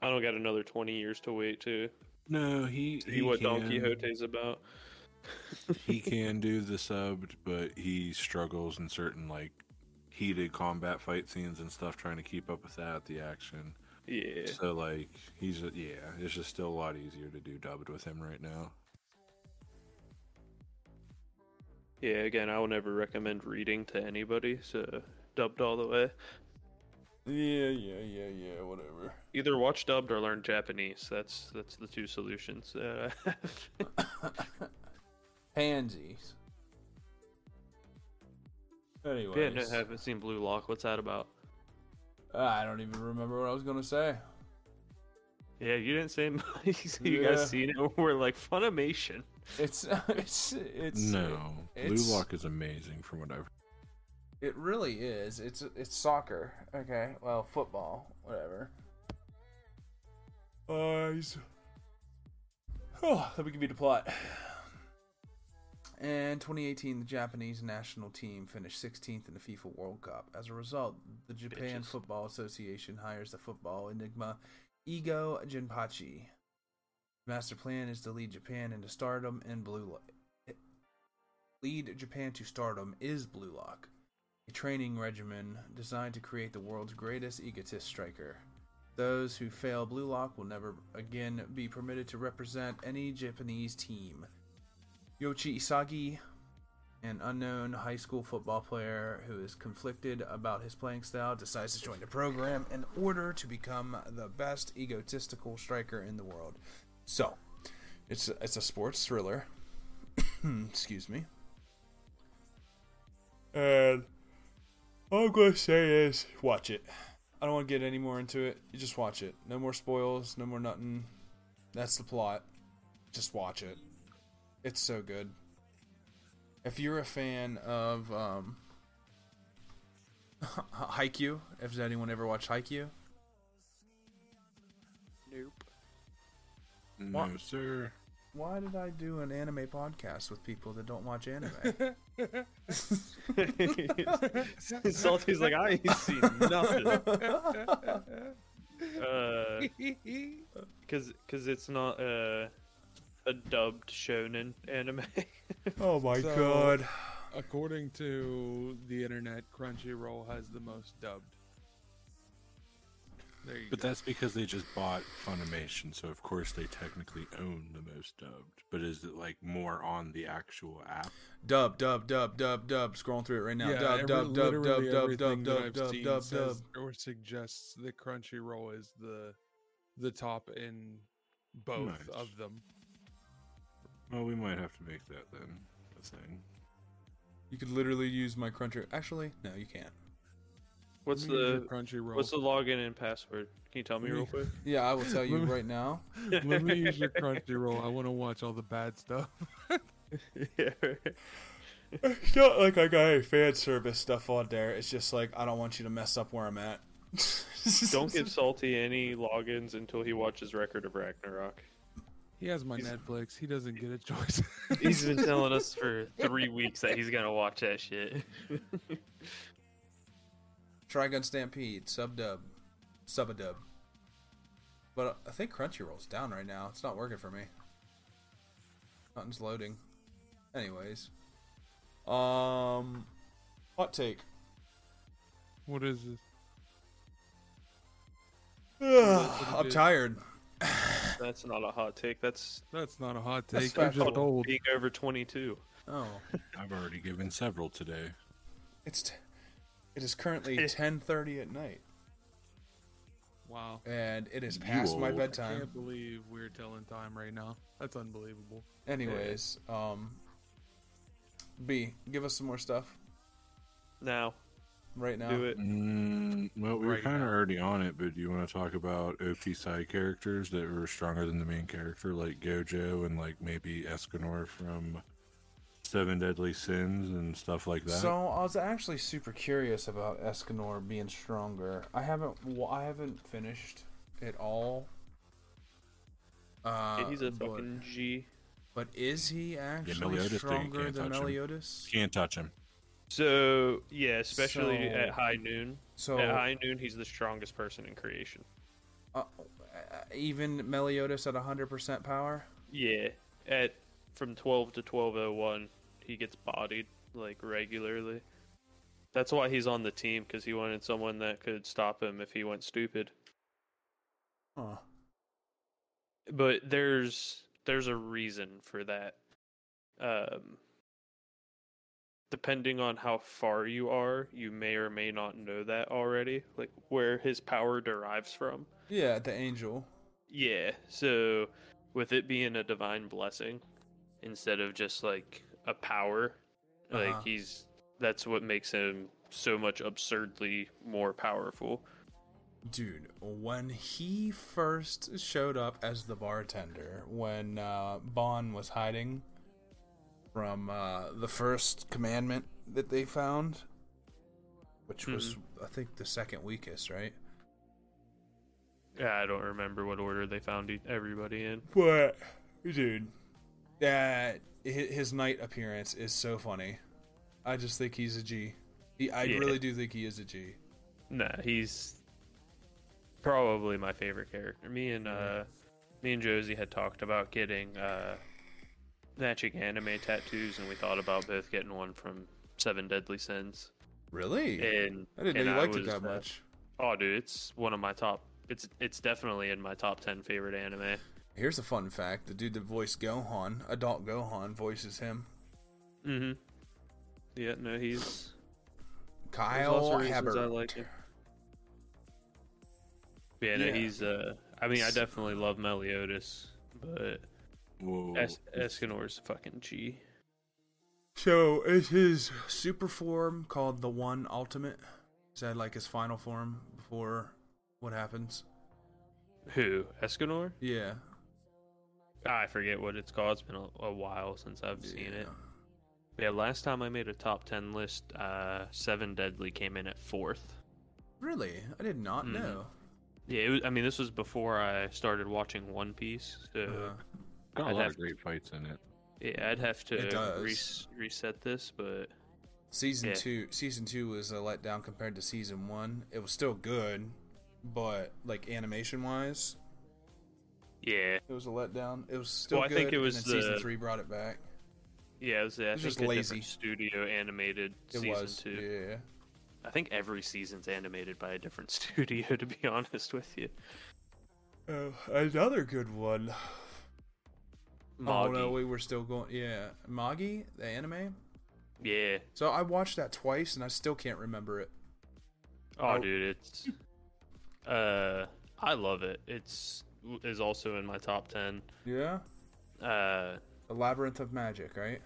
Speaker 4: I don't got another twenty years to wait to
Speaker 3: No, he
Speaker 4: see what Don Quixote's about.
Speaker 3: he can do the subbed, but he struggles in certain like heated combat fight scenes and stuff, trying to keep up with that the action.
Speaker 4: Yeah.
Speaker 3: So like he's a, yeah, it's just still a lot easier to do dubbed with him right now.
Speaker 4: Yeah. Again, I will never recommend reading to anybody. So dubbed all the way.
Speaker 1: Yeah, yeah, yeah, yeah. Whatever.
Speaker 4: Either watch dubbed or learn Japanese. That's that's the two solutions Uh, that I have.
Speaker 1: Pansies. Anyways,
Speaker 4: yeah, no, I uh, haven't seen Blue Lock. What's that about?
Speaker 1: I don't even remember what I was gonna say.
Speaker 4: Yeah, you didn't say much. so you guys
Speaker 1: Yeah.
Speaker 4: seen it? We're like Funimation.
Speaker 1: It's it's it's
Speaker 3: no,
Speaker 1: it's-
Speaker 3: Blue Lock is amazing from what I've.
Speaker 1: It really is. It's it's soccer. Okay. Well, football. Whatever. Eyes. Oh, let me give you the plot. In 2018, the Japanese national team finished 16th in the FIFA World Cup. As a result, the Japan
Speaker 4: Bitches.
Speaker 1: Football Association hires the football enigma Ego Jinpachi. Master plan is to lead Japan into stardom and blue light. Lead Japan to stardom is Blue Lock, a training regimen designed to create the world's greatest egotist striker. Those who fail Blue Lock will never again be permitted to represent any Japanese team. Yoichi Isagi, an unknown high school football player who is conflicted about his playing style, decides to join the program in order to become the best egotistical striker in the world. So, it's it's a sports thriller. Excuse me. And all I'm gonna say is watch it. I don't want to get any more into it. You just watch it. No more spoils. No more nothing. That's the plot. Just watch it. It's so good. If you're a fan of um, Haikyuu, if anyone ever watched Haikyuu,
Speaker 4: Nope.
Speaker 3: No, sir.
Speaker 1: why did I do an anime podcast with people that don't watch anime?
Speaker 4: Salty's like, I ain't seen nothing. Because cause it's not uh, a dubbed shonen anime.
Speaker 1: oh my
Speaker 2: So-
Speaker 1: god.
Speaker 2: According to the internet, Crunchyroll has the most dubbed. There you
Speaker 3: But
Speaker 2: go.
Speaker 3: that's because they just bought Funimation, so of course they technically own the most dubbed. But is it like more on the actual app?
Speaker 1: Dub, dub, dub, dub, dub. Scrolling through it right now. dub,
Speaker 2: every-
Speaker 1: dub, dub, dub,
Speaker 2: literally
Speaker 1: dub,
Speaker 2: everything
Speaker 1: dub,
Speaker 2: that
Speaker 1: dub,
Speaker 2: I've
Speaker 1: dub,
Speaker 2: seen
Speaker 1: dub, dub.
Speaker 2: says or suggests that Crunchyroll is the the top in both
Speaker 3: Nice.
Speaker 2: of them.
Speaker 3: Well, we might have to make that then a thing.
Speaker 1: You could literally use my cruncher. Actually, no, you can't.
Speaker 4: What's
Speaker 2: Let me use your
Speaker 4: the
Speaker 2: Crunchyroll?
Speaker 4: what's the login and password? Can you tell me real quick?
Speaker 1: Yeah, I will tell you
Speaker 2: Let me-
Speaker 1: right now.
Speaker 2: Let me use your Crunchyroll. I want to watch all the bad stuff.
Speaker 4: yeah.
Speaker 1: It's not like I got any fan service stuff on there. It's just like I don't want you to mess up where I'm at.
Speaker 4: Don't give Salty any logins until he watches Record of Ragnarok.
Speaker 2: He has my Netflix. He doesn't get a choice.
Speaker 4: He's been telling us for three weeks that he's gonna watch that shit.
Speaker 1: Trigun Stampede, sub dub, sub a dub. But uh, I think Crunchyroll's down right now. It's not working for me. Nothing's loading. Anyways, um, hot take.
Speaker 2: what is this?
Speaker 1: I'm tired.
Speaker 4: That's not a hot take. That's
Speaker 2: That's not a hot take. I'm
Speaker 1: That's
Speaker 2: just
Speaker 1: factual.
Speaker 2: old.
Speaker 4: being over 22.
Speaker 1: Oh,
Speaker 3: I've already given several today.
Speaker 1: it's t- it is currently 10:30 at night,
Speaker 2: Wow.
Speaker 1: and it is
Speaker 3: You
Speaker 1: past my
Speaker 3: old.
Speaker 2: I
Speaker 1: bedtime.
Speaker 2: can't believe we're telling time right now. That's unbelievable.
Speaker 1: Anyways, um, B, give us some more stuff
Speaker 4: Now,
Speaker 1: right now.
Speaker 4: do it.
Speaker 3: Mm, well, we were
Speaker 2: Right
Speaker 3: kind
Speaker 2: now.
Speaker 3: of already on it, but do you want to talk about OP side characters that were stronger than the main character, like Gojo and like maybe Escanor from Seven Deadly Sins and stuff like that?
Speaker 1: So I was actually super curious about Escanor being stronger. I haven't, wa- I haven't finished it all. Uh,
Speaker 4: Yeah, he's a
Speaker 1: but-
Speaker 4: fucking G.
Speaker 1: But, is he actually
Speaker 3: Meliodas thing,
Speaker 1: stronger
Speaker 3: can't
Speaker 1: than
Speaker 3: touch him.
Speaker 1: Meliodas?
Speaker 3: Can't touch him.
Speaker 4: So yeah, especially
Speaker 1: So-
Speaker 4: at high noon.
Speaker 1: So
Speaker 4: At high noon, he's the strongest person in creation.
Speaker 1: uh, even Meliodas at 100% power.
Speaker 4: Yeah, at from 12 to 1201, he gets bodied like regularly. That's why he's on the team because he wanted someone that could stop him if he went stupid.
Speaker 1: Huh.
Speaker 4: But there's there's a reason for that. Um, depending on how far you are, you may or may not know that already, like where his power derives from.
Speaker 1: Yeah, the angel.
Speaker 4: Yeah, so with it being a divine blessing instead of just like a power,
Speaker 1: Uh-huh.
Speaker 4: like he's that's what makes him so much absurdly more powerful.
Speaker 1: Dude, when he first showed up as the bartender, when uh, Bon was hiding from uh, the first commandment that they found, which was, I think, the second weakest, right?
Speaker 4: Yeah, I don't remember what order they found e- everybody in.
Speaker 1: But, dude, that hi- his night appearance is so funny. I just think he's a G. He, I
Speaker 4: Yeah.
Speaker 1: really do think he is a G.
Speaker 4: Nah, he's probably my favorite character. Me and uh me and Josie had talked about getting uh matching anime tattoos and we thought about both getting one from Seven Deadly Sins.
Speaker 1: Really?
Speaker 4: And
Speaker 1: I didn't know
Speaker 4: and
Speaker 1: you liked it
Speaker 4: was,
Speaker 1: that
Speaker 4: uh,
Speaker 1: much.
Speaker 4: Oh, dude, it's one of my top. It's it's definitely in my top ten favorite anime.
Speaker 1: Here's a fun fact: the dude that voiced Gohan, adult Gohan, voices him.
Speaker 4: Mm-hmm. Yeah, no, he's. there's
Speaker 1: Kyle
Speaker 4: lots of reasons
Speaker 1: Habert.
Speaker 4: I like it. Yeah, no,
Speaker 1: Yeah.
Speaker 4: he's. Uh, I mean, I definitely love Meliodas, but
Speaker 3: Whoa.
Speaker 4: es- Escanor's fucking G.
Speaker 1: So is his super form called the One Ultimate? Is that like his final form before what happens?
Speaker 4: Who Escanor?
Speaker 1: Yeah,
Speaker 4: I forget what it's called. It's been a, a while since I've seen it.
Speaker 1: Yeah.
Speaker 4: Yeah, last time I made a top ten list, uh, Seven Deadly came in at fourth.
Speaker 1: Really, I did not
Speaker 4: Mhm.
Speaker 1: know.
Speaker 4: Yeah, it was, I mean, this was before I started watching One Piece, so.
Speaker 1: Uh,
Speaker 3: Got a
Speaker 4: I'd
Speaker 3: lot
Speaker 4: have
Speaker 3: of great fights in it.
Speaker 4: Yeah, I'd have
Speaker 1: It
Speaker 4: to
Speaker 1: does.
Speaker 4: res- reset this, but
Speaker 1: season
Speaker 4: yeah.
Speaker 1: two, season two was a letdown compared to season one. It was still good, but like animation wise,
Speaker 4: yeah,
Speaker 1: it was a letdown. It was still.
Speaker 4: Well, I
Speaker 1: good,
Speaker 4: think it was
Speaker 1: And then season
Speaker 4: the-
Speaker 1: three brought it back.
Speaker 4: yeah, it was, I
Speaker 1: was
Speaker 4: think
Speaker 1: just
Speaker 4: a different
Speaker 1: lazy.
Speaker 4: studio animated
Speaker 1: It
Speaker 4: season
Speaker 1: was.
Speaker 4: two.
Speaker 1: Yeah.
Speaker 4: I think every season's animated by a different studio. To be honest with you,
Speaker 1: Oh, another good one.
Speaker 4: Magi.
Speaker 1: Oh no, we were still going. Yeah, Magi, the anime.
Speaker 4: yeah,
Speaker 1: So I watched that twice, and I still can't remember it.
Speaker 4: oh,
Speaker 1: Oh.
Speaker 4: dude, it's uh, I love it. It's is also in my top ten.
Speaker 1: Yeah,
Speaker 4: Uh,
Speaker 1: the Labyrinth of Magic, right?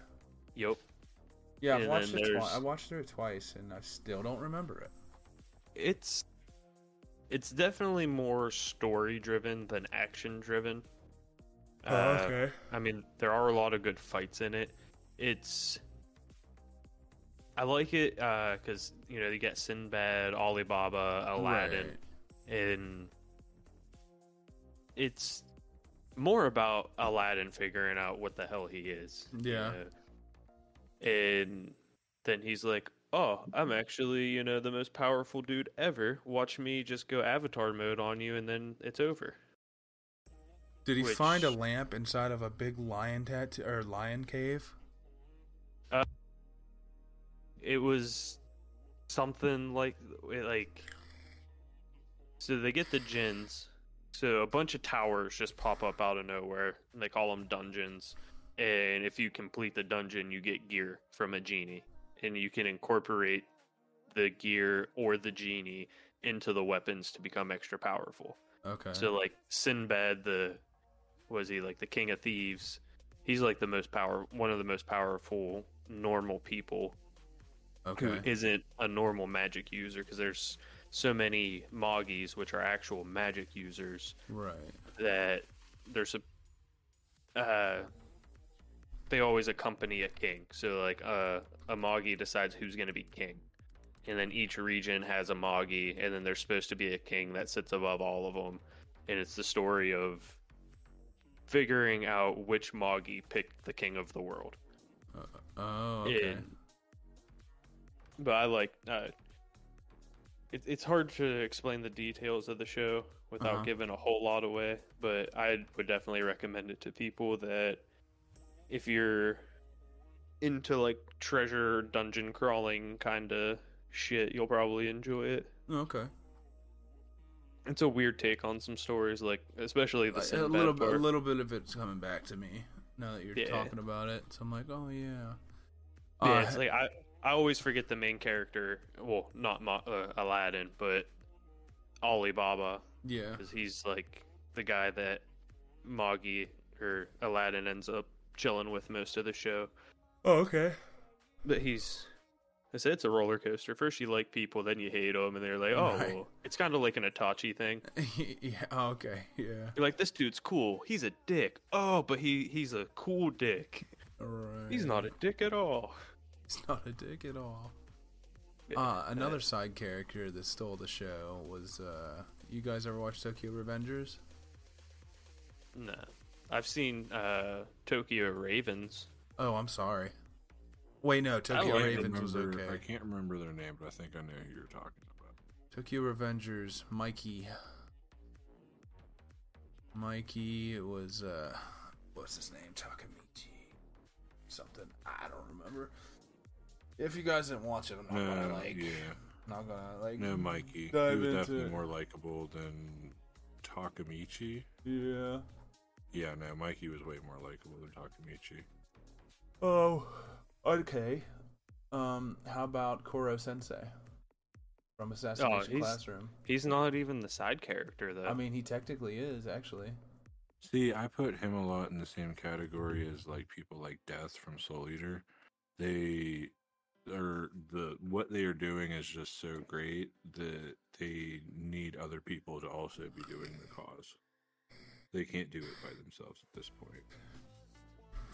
Speaker 4: yep,
Speaker 1: Yeah, I've
Speaker 4: And
Speaker 1: watched
Speaker 4: then
Speaker 1: it. Twi-
Speaker 4: there's-
Speaker 1: I watched through it twice, and I still don't remember it.
Speaker 4: it's it's definitely more story driven than action driven. Uh,
Speaker 1: Oh,
Speaker 4: I mean, there are a lot of good fights in it. It's I like it because you know you got Sinbad, Alibaba, Aladdin, and it's more about Aladdin figuring out what the hell he is. you
Speaker 1: Yeah.
Speaker 4: know? And then he's like, "Oh, I'm actually you know the most powerful dude ever. Watch me just go Avatar mode on you, and then it's over."
Speaker 1: Did he
Speaker 4: Which-
Speaker 1: find a lamp inside of a big lion tattoo or lion cave?
Speaker 4: it was something like like so they get the gins so a bunch of towers just pop up out of nowhere and they call them dungeons and if you complete the dungeon you get gear from a genie and you can incorporate the gear or the genie into the weapons to become extra powerful
Speaker 1: Okay.
Speaker 4: so like Sinbad, the was he like the king of thieves? He's like the most power, one of the most powerful normal people who
Speaker 1: okay.
Speaker 4: isn't a normal magic user because there's so many Moggies which are actual magic users
Speaker 1: Right.
Speaker 4: that there's a uh, they always accompany a king. So like uh, a Moggy decides who's going to be king. And then each region has a Moggy, and then there's supposed to be a king that sits above all of them. And it's the story of figuring out which Moggy picked the king of the world.
Speaker 1: Oh. Okay.
Speaker 4: And- but I like. Uh, it, it's hard to explain the details of the show without
Speaker 1: Uh-huh.
Speaker 4: giving a whole lot away, but I would definitely recommend it to people that if you're into like treasure dungeon crawling kind of shit, you'll probably enjoy it.
Speaker 1: Okay.
Speaker 4: It's a weird take on some stories, like especially the
Speaker 1: Like,
Speaker 4: Sinbad
Speaker 1: a little bit,
Speaker 4: part.
Speaker 1: a little bit of it's coming back to me now that you're
Speaker 4: Yeah.
Speaker 1: talking about it. So I'm like, oh yeah.
Speaker 4: Yeah,
Speaker 1: Uh,
Speaker 4: it's like I I always forget the main character. Well, not Mo- uh, Aladdin, but Alibaba.
Speaker 1: yeah.
Speaker 4: because he's like the guy that Moggy or Aladdin ends up chilling with most of the show.
Speaker 1: Oh, okay.
Speaker 4: But he's, I said it's a roller coaster. First you like people, then you hate them, and they're like, oh,
Speaker 1: Right.
Speaker 4: well, it's kind of like an Itachi thing.
Speaker 1: yeah. Okay. Yeah.
Speaker 4: You're like, this dude's cool. He's a dick. Oh, but he he's a cool dick.
Speaker 1: All right.
Speaker 4: He's not a dick at all.
Speaker 1: He's not a dick at all.
Speaker 4: Yeah,
Speaker 1: Uh, another side character that stole the show was uh, you guys ever watch Tokyo Revengers?
Speaker 4: No, I've seen uh, Tokyo Ravens.
Speaker 1: Oh, I'm sorry. Wait, no, Tokyo
Speaker 4: like
Speaker 1: Ravens was
Speaker 3: remember- I
Speaker 1: okay.
Speaker 3: can't remember their name, but I think I know who you're talking about.
Speaker 1: Tokyo Revengers, Mikey. Mikey was uh, what's his name? Takamichi, something I don't remember. If you guys didn't watch it, I'm not
Speaker 3: Uh,
Speaker 1: gonna like,
Speaker 3: yeah.
Speaker 1: not gonna like.
Speaker 3: No, Mikey. He
Speaker 1: Dive
Speaker 3: was
Speaker 1: into
Speaker 3: definitely
Speaker 1: it.
Speaker 3: more likable than Takamichi.
Speaker 1: Yeah.
Speaker 3: Yeah, no, Mikey was way more likable than Takamichi.
Speaker 1: Oh, okay. Um, how about Koro Sensei from Assassination
Speaker 4: Oh, he's-
Speaker 1: Classroom?
Speaker 4: He's not even the side character though.
Speaker 1: I mean, he technically is actually.
Speaker 3: See, I put him a lot in the same category as like people like Death from Soul Eater. They are the what they are doing is just so great that they need other people to also be doing the cause. They can't do it by themselves at this point.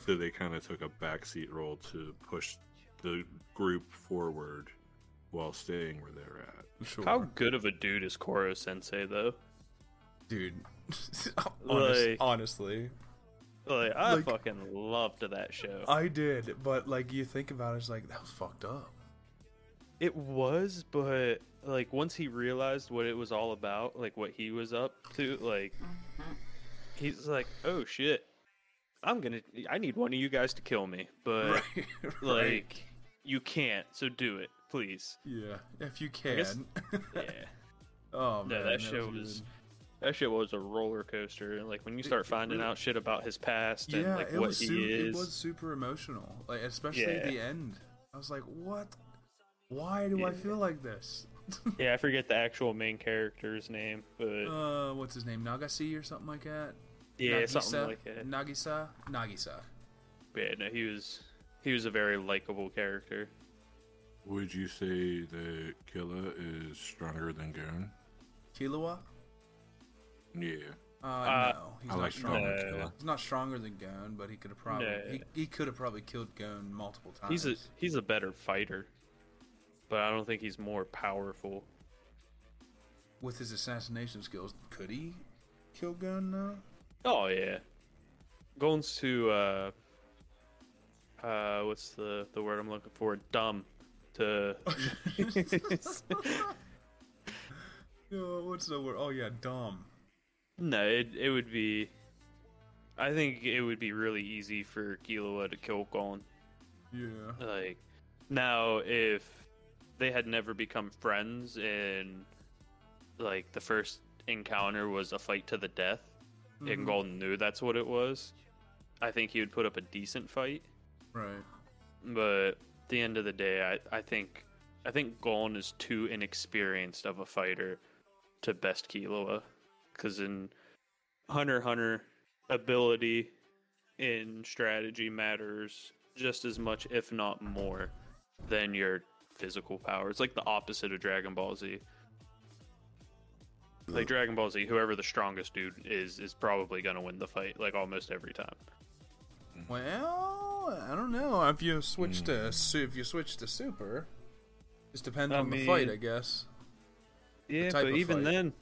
Speaker 3: So they kind of took a backseat role to push the group forward while staying where they're at.
Speaker 1: Sure,
Speaker 4: how good of a dude is Koro Sensei though?
Speaker 1: dude.
Speaker 4: Like-
Speaker 1: honestly,
Speaker 4: Like I
Speaker 1: Like-
Speaker 4: fucking loved that show.
Speaker 1: I did, but like you think about it, it's like that was fucked up.
Speaker 4: It was, but like once he realized what it was all about, like what he was up to, like he's like, "Oh shit. I'm going to I need one of you guys to kill me." But
Speaker 1: right.
Speaker 4: like you can't, so do it, please.
Speaker 1: yeah, if you can.
Speaker 4: guess- Yeah.
Speaker 1: oh man,
Speaker 4: no, that show was that shit was a roller coaster. And like when you start
Speaker 1: it
Speaker 4: finding
Speaker 1: really-
Speaker 4: out shit about his past
Speaker 1: good.
Speaker 4: and
Speaker 1: yeah,
Speaker 4: like
Speaker 1: it
Speaker 4: what
Speaker 1: was
Speaker 4: he
Speaker 1: su-
Speaker 4: is.
Speaker 1: it was super emotional, like especially
Speaker 4: Yeah.
Speaker 1: the end. I was like, what? Why do I
Speaker 4: Yeah.
Speaker 1: feel like this?
Speaker 4: Yeah, I forget the actual main character's name, but
Speaker 1: uh, what's his name? Nagasi or something like that.
Speaker 4: yeah,
Speaker 1: Nagisa?
Speaker 4: something like that.
Speaker 1: Nagisa, Nagisa.
Speaker 4: Yeah, no, he was he was a very likable character.
Speaker 3: Would you say that Killa is stronger than Goon?
Speaker 1: Killua?
Speaker 3: Yeah.
Speaker 1: Uh,
Speaker 4: Uh,
Speaker 1: no, he's
Speaker 3: I
Speaker 1: not.
Speaker 3: like stronger
Speaker 4: no.
Speaker 3: Killa.
Speaker 1: He's not stronger than Gon, but he could have probably
Speaker 4: No.
Speaker 1: he, he could have probably killed Gon multiple times.
Speaker 4: He's a he's a better fighter. but I don't think he's more powerful.
Speaker 1: With his assassination skills, could he kill Gon now?
Speaker 4: Oh yeah, Gon's to uh, uh, what's the the word I'm looking for? Dumb to
Speaker 1: Oh, what's the word? Oh yeah, dumb.
Speaker 4: no. It it would be. I think it would be really easy for Killua to kill Gon.
Speaker 1: Yeah.
Speaker 4: Like now, if they had never become friends and like the first encounter was a fight to the death, and Golden knew that's what it was, I think he would put up a decent fight.
Speaker 1: Right.
Speaker 4: But at the end of the day, I, I think I think Golden is too inexperienced of a fighter to best Killua, because in Hunter x Hunter, ability in strategy matters just as much, if not more, than your physical power. It's like the opposite of Dragon Ball Z. Like Dragon Ball Z, whoever the strongest dude is is probably gonna win the fight, like almost every time.
Speaker 3: Mm-hmm.
Speaker 1: Well, I don't know. If you switch
Speaker 3: Mm.
Speaker 1: to su- if you switch to super, just depends
Speaker 4: I
Speaker 1: on the fight,
Speaker 4: mean-
Speaker 1: I guess.
Speaker 4: Yeah,
Speaker 1: type
Speaker 4: but
Speaker 1: of fight.
Speaker 4: even then,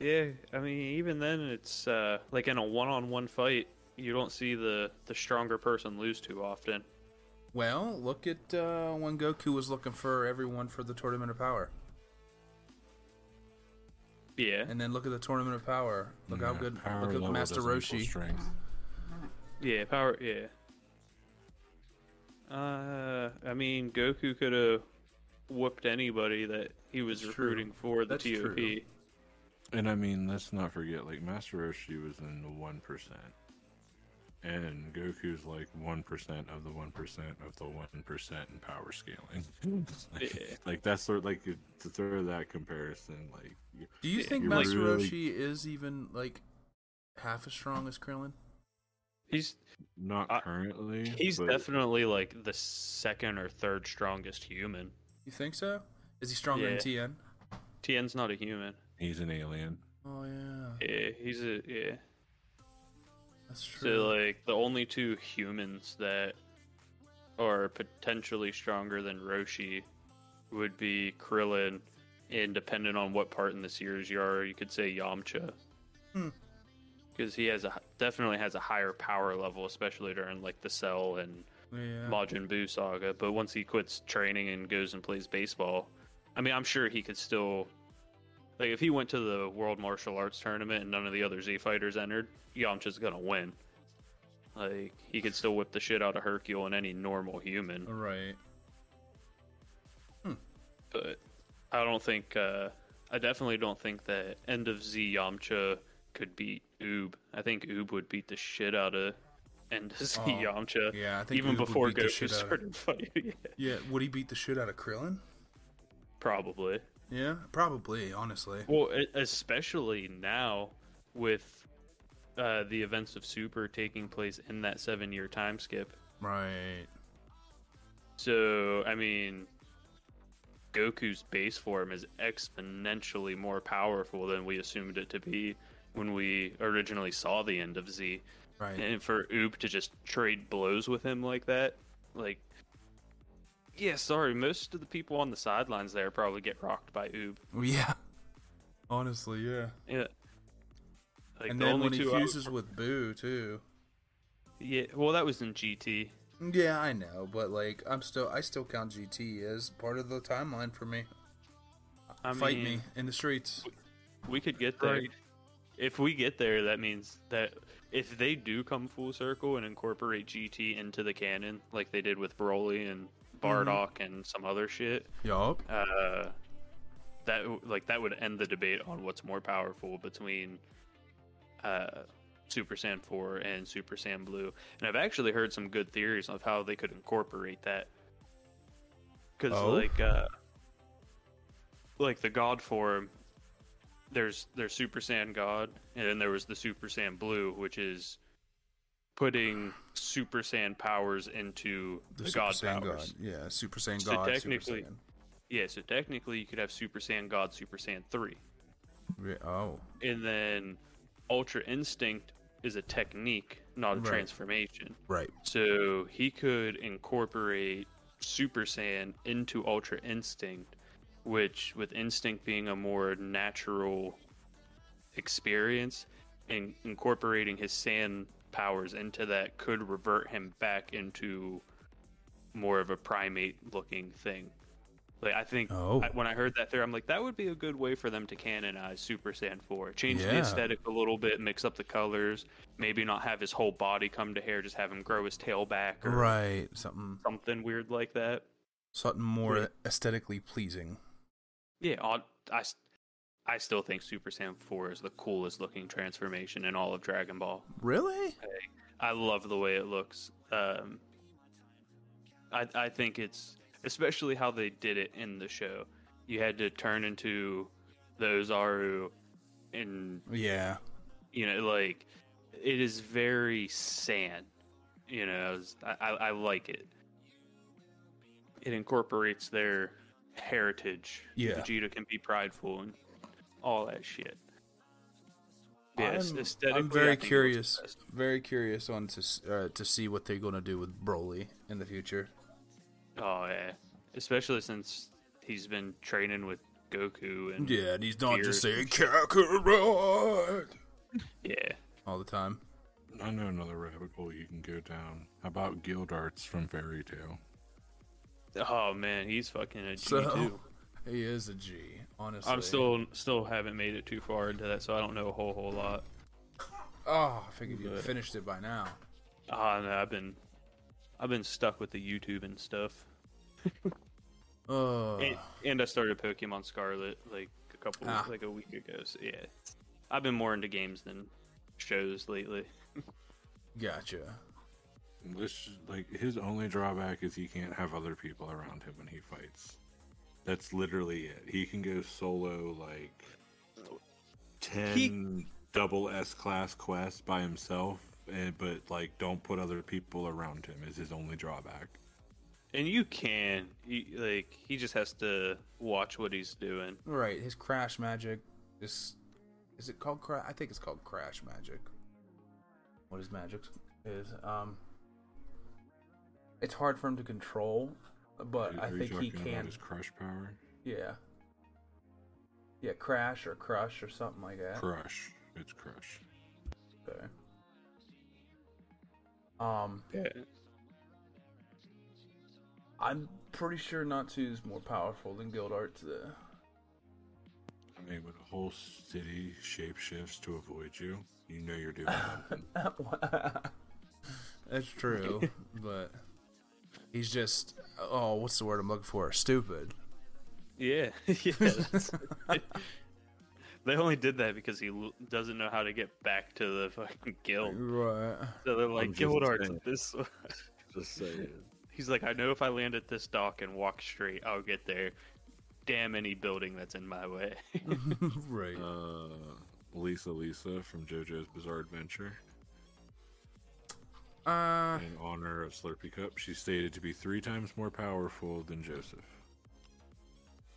Speaker 4: yeah, I mean, even then, it's uh, like in a one-on-one fight, you don't see the the stronger person lose too often.
Speaker 1: Well, look at uh, when Goku was looking for everyone for the Tournament of Power,
Speaker 4: Yeah,
Speaker 1: and then look at the Tournament of Power. Look how good.
Speaker 3: Mm, Power
Speaker 1: Look at
Speaker 3: level
Speaker 1: Master
Speaker 3: doesn't equal
Speaker 1: Roshi.
Speaker 3: Strength.
Speaker 4: yeah, power, yeah. Uh, I mean, Goku could have whooped anybody that he was
Speaker 1: That's true.
Speaker 4: recruiting for the
Speaker 1: That's
Speaker 4: TOP.
Speaker 1: true.
Speaker 3: And I mean, let's not forget, like Master Roshi was in the one percent, and Goku's like one percent of the one percent of the one percent in power scaling. like,
Speaker 4: Yeah.
Speaker 3: like, that's sort of like to throw that comparison, like you-
Speaker 1: Do you think
Speaker 3: you're
Speaker 1: Master
Speaker 3: really-
Speaker 1: Roshi is even like half as strong as Krillin?
Speaker 4: He's
Speaker 3: not
Speaker 4: Uh,
Speaker 3: currently.
Speaker 4: he's
Speaker 3: but
Speaker 4: definitely like the second or third strongest human.
Speaker 1: You think so? Is he stronger
Speaker 4: Yeah.
Speaker 1: than TN?
Speaker 4: Tien's not a human.
Speaker 3: he's an alien.
Speaker 1: Oh yeah,
Speaker 4: Yeah, he's a yeah.
Speaker 1: that's
Speaker 4: So
Speaker 1: true.
Speaker 4: like the only two humans that are potentially stronger than Roshi would be Krillin, and depending on what part in the series you are, you could say Yamcha,
Speaker 1: Hmm.
Speaker 4: because he has a definitely has a higher power level, especially during like the Cell and
Speaker 1: yeah.
Speaker 4: Majin Buu saga. But once he quits training and goes and plays baseball, I mean, I'm sure he could still. Like if he went to the World Martial Arts Tournament and none of the other Z fighters entered, Yamcha's gonna win. Like he could still whip the shit out of Hercule and any normal human,
Speaker 1: Right.
Speaker 4: but I don't think. uh I definitely don't think that End of Z Yamcha could beat Oob. I think Oob would beat the shit out of End of Z
Speaker 1: Oh,
Speaker 4: Yamcha.
Speaker 1: yeah, I think
Speaker 4: even
Speaker 1: Oob would
Speaker 4: before
Speaker 1: beat the
Speaker 4: Goku
Speaker 1: shit out of-
Speaker 4: started fighting.
Speaker 1: Yeah. Would he beat the shit out of Krillin?
Speaker 4: Probably.
Speaker 1: Yeah, probably. Honestly.
Speaker 4: Well, e- especially now with uh, the events of Super taking place in that seven year time skip.
Speaker 1: Right.
Speaker 4: So, I mean, Goku's base form is exponentially more powerful than we assumed it to be when we originally saw the end of Z.
Speaker 1: Right.
Speaker 4: And for Oop to just trade blows with him like that, like, yeah, sorry, most of the people on the sidelines there probably get rocked by Oop.
Speaker 1: Yeah. Honestly, yeah.
Speaker 4: Yeah. Like
Speaker 1: and
Speaker 4: the
Speaker 1: then
Speaker 4: only
Speaker 1: when he
Speaker 4: two I would-
Speaker 1: fuses with Boo too.
Speaker 4: Yeah, well, that was in GT.
Speaker 1: Yeah, I know, but like I'm still I still count GT as part of the timeline for me.
Speaker 4: I
Speaker 1: Fight
Speaker 4: mean,
Speaker 1: me in the streets.
Speaker 4: We could get there.
Speaker 2: Right.
Speaker 4: If we get there, that means that if they do come full circle and incorporate GT into the canon, like they did with Broly and Bardock and some other shit,
Speaker 1: Yup.
Speaker 4: uh, that w- like that would end the debate on what's more powerful between uh, Super Saiyan 4 and Super Saiyan Blue. And I've actually heard some good theories of how they could incorporate that. Cuz
Speaker 1: Oh?
Speaker 4: like uh like the god form there's there's Super Saiyan God and then there was the Super Saiyan Blue which is putting Super Saiyan powers into the, god powers.
Speaker 1: Yeah, Super Saiyan
Speaker 4: So
Speaker 1: God.
Speaker 4: technically-
Speaker 1: Super
Speaker 4: Yeah, so technically you could have Super Saiyan God, Super Saiyan 3.
Speaker 1: Saiyan. Yeah, Oh.
Speaker 4: And then Ultra Instinct is a technique, not a
Speaker 1: Right.
Speaker 4: transformation.
Speaker 1: Right.
Speaker 4: So he could incorporate Super Saiyan into Ultra Instinct, which, with Instinct being a more natural experience, and incorporating his Saiyan powers into that could revert him back into more of a primate looking thing. Like I think
Speaker 1: Oh.
Speaker 4: I- when I heard that theory, I'm like, that would be a good way for them to canonize Super Saiyan 4. Change the
Speaker 1: Yeah.
Speaker 4: aesthetic a little bit, mix up the colors, maybe not have his whole body come to hair, just have him grow his tail back or
Speaker 1: Right. Something
Speaker 4: something weird like that.
Speaker 1: something more
Speaker 4: Right.
Speaker 1: aesthetically pleasing.
Speaker 4: Yeah, I'll- I, s- I still think Super Saiyan 4 is the coolest looking transformation in all of Dragon Ball.
Speaker 1: Really?
Speaker 4: I love the way it looks. Um, I I think it's especially how they did it in the show. You had to turn into those Aru, and
Speaker 1: Yeah.
Speaker 4: you know, like it is very sand. You know, it's- I I, I like it. It incorporates their heritage.
Speaker 1: Yeah.
Speaker 4: Vegeta can be prideful and all that shit. Yes,
Speaker 1: I'm-
Speaker 4: aesthetically,
Speaker 1: I'm
Speaker 4: I
Speaker 1: very
Speaker 4: think it looks
Speaker 1: curious.
Speaker 4: best.
Speaker 1: Very curious on to s- uh, to see what they're gonna do with Broly in the future.
Speaker 4: Oh yeah, especially since he's been training with Goku and
Speaker 1: Yeah, and he's not just
Speaker 4: Beard.
Speaker 1: saying Kakarot
Speaker 4: yeah.
Speaker 1: all the time.
Speaker 3: I know another rabbit hole you can go down. How about Gildarts from Fairy Tale?
Speaker 4: Oh man, he's fucking a G
Speaker 1: So,
Speaker 4: too.
Speaker 1: He is a G, honestly.
Speaker 4: I'm still still haven't made it too far into that, so I don't know a whole whole lot.
Speaker 1: Oh, I figured you
Speaker 4: But-
Speaker 1: finished it by now.
Speaker 4: Ah no, I've been I've been stuck with the YouTube and stuff,
Speaker 1: Oh,
Speaker 4: and, and I started Pokemon Scarlet like a couple
Speaker 1: Ah.
Speaker 4: like a week ago. So yeah, I've been more into games than shows lately.
Speaker 1: gotcha.
Speaker 3: This like his only drawback is he can't have other people around him when he fights. That's literally it. He can go solo like ten double S class quests by himself, and but like don't put other people around him is his only drawback.
Speaker 4: And you can he, like he just has to watch what he's doing.
Speaker 1: Right, his crash magic is. Is it called crash? I think it's called crash magic. What his magic is. Um, it's hard for him to control, but
Speaker 3: Are-
Speaker 1: I
Speaker 3: are you
Speaker 1: think he
Speaker 3: talking about
Speaker 1: can.
Speaker 3: his crush power.
Speaker 1: Yeah. Yeah, crash or crush or something like that.
Speaker 3: Crush. It's crush.
Speaker 1: Okay. Um,
Speaker 4: Yeah.
Speaker 1: I'm pretty sure Natsu is more powerful than Guildarts. though.
Speaker 3: I mean, when a whole city shapeshifts to avoid you, you know you're doing something.
Speaker 1: That's true, but he's just oh, what's the word I'm looking for? Stupid.
Speaker 4: Yeah, yeah. that's- they only did that because he l- doesn't know how to get back to the fucking guild.
Speaker 1: Right.
Speaker 4: So they're like,
Speaker 3: just
Speaker 4: guild arts
Speaker 3: saying.
Speaker 4: at this. one."
Speaker 3: Just saying.
Speaker 4: He's like, I know if I land at this dock and walk straight, I'll get there. Damn any building that's in my way.
Speaker 1: right.
Speaker 3: Uh, Lisa Lisa from JoJo's Bizarre Adventure.
Speaker 1: Uh,
Speaker 3: In honor of Slurpee Cup, she's stated to be three times more powerful than Joseph.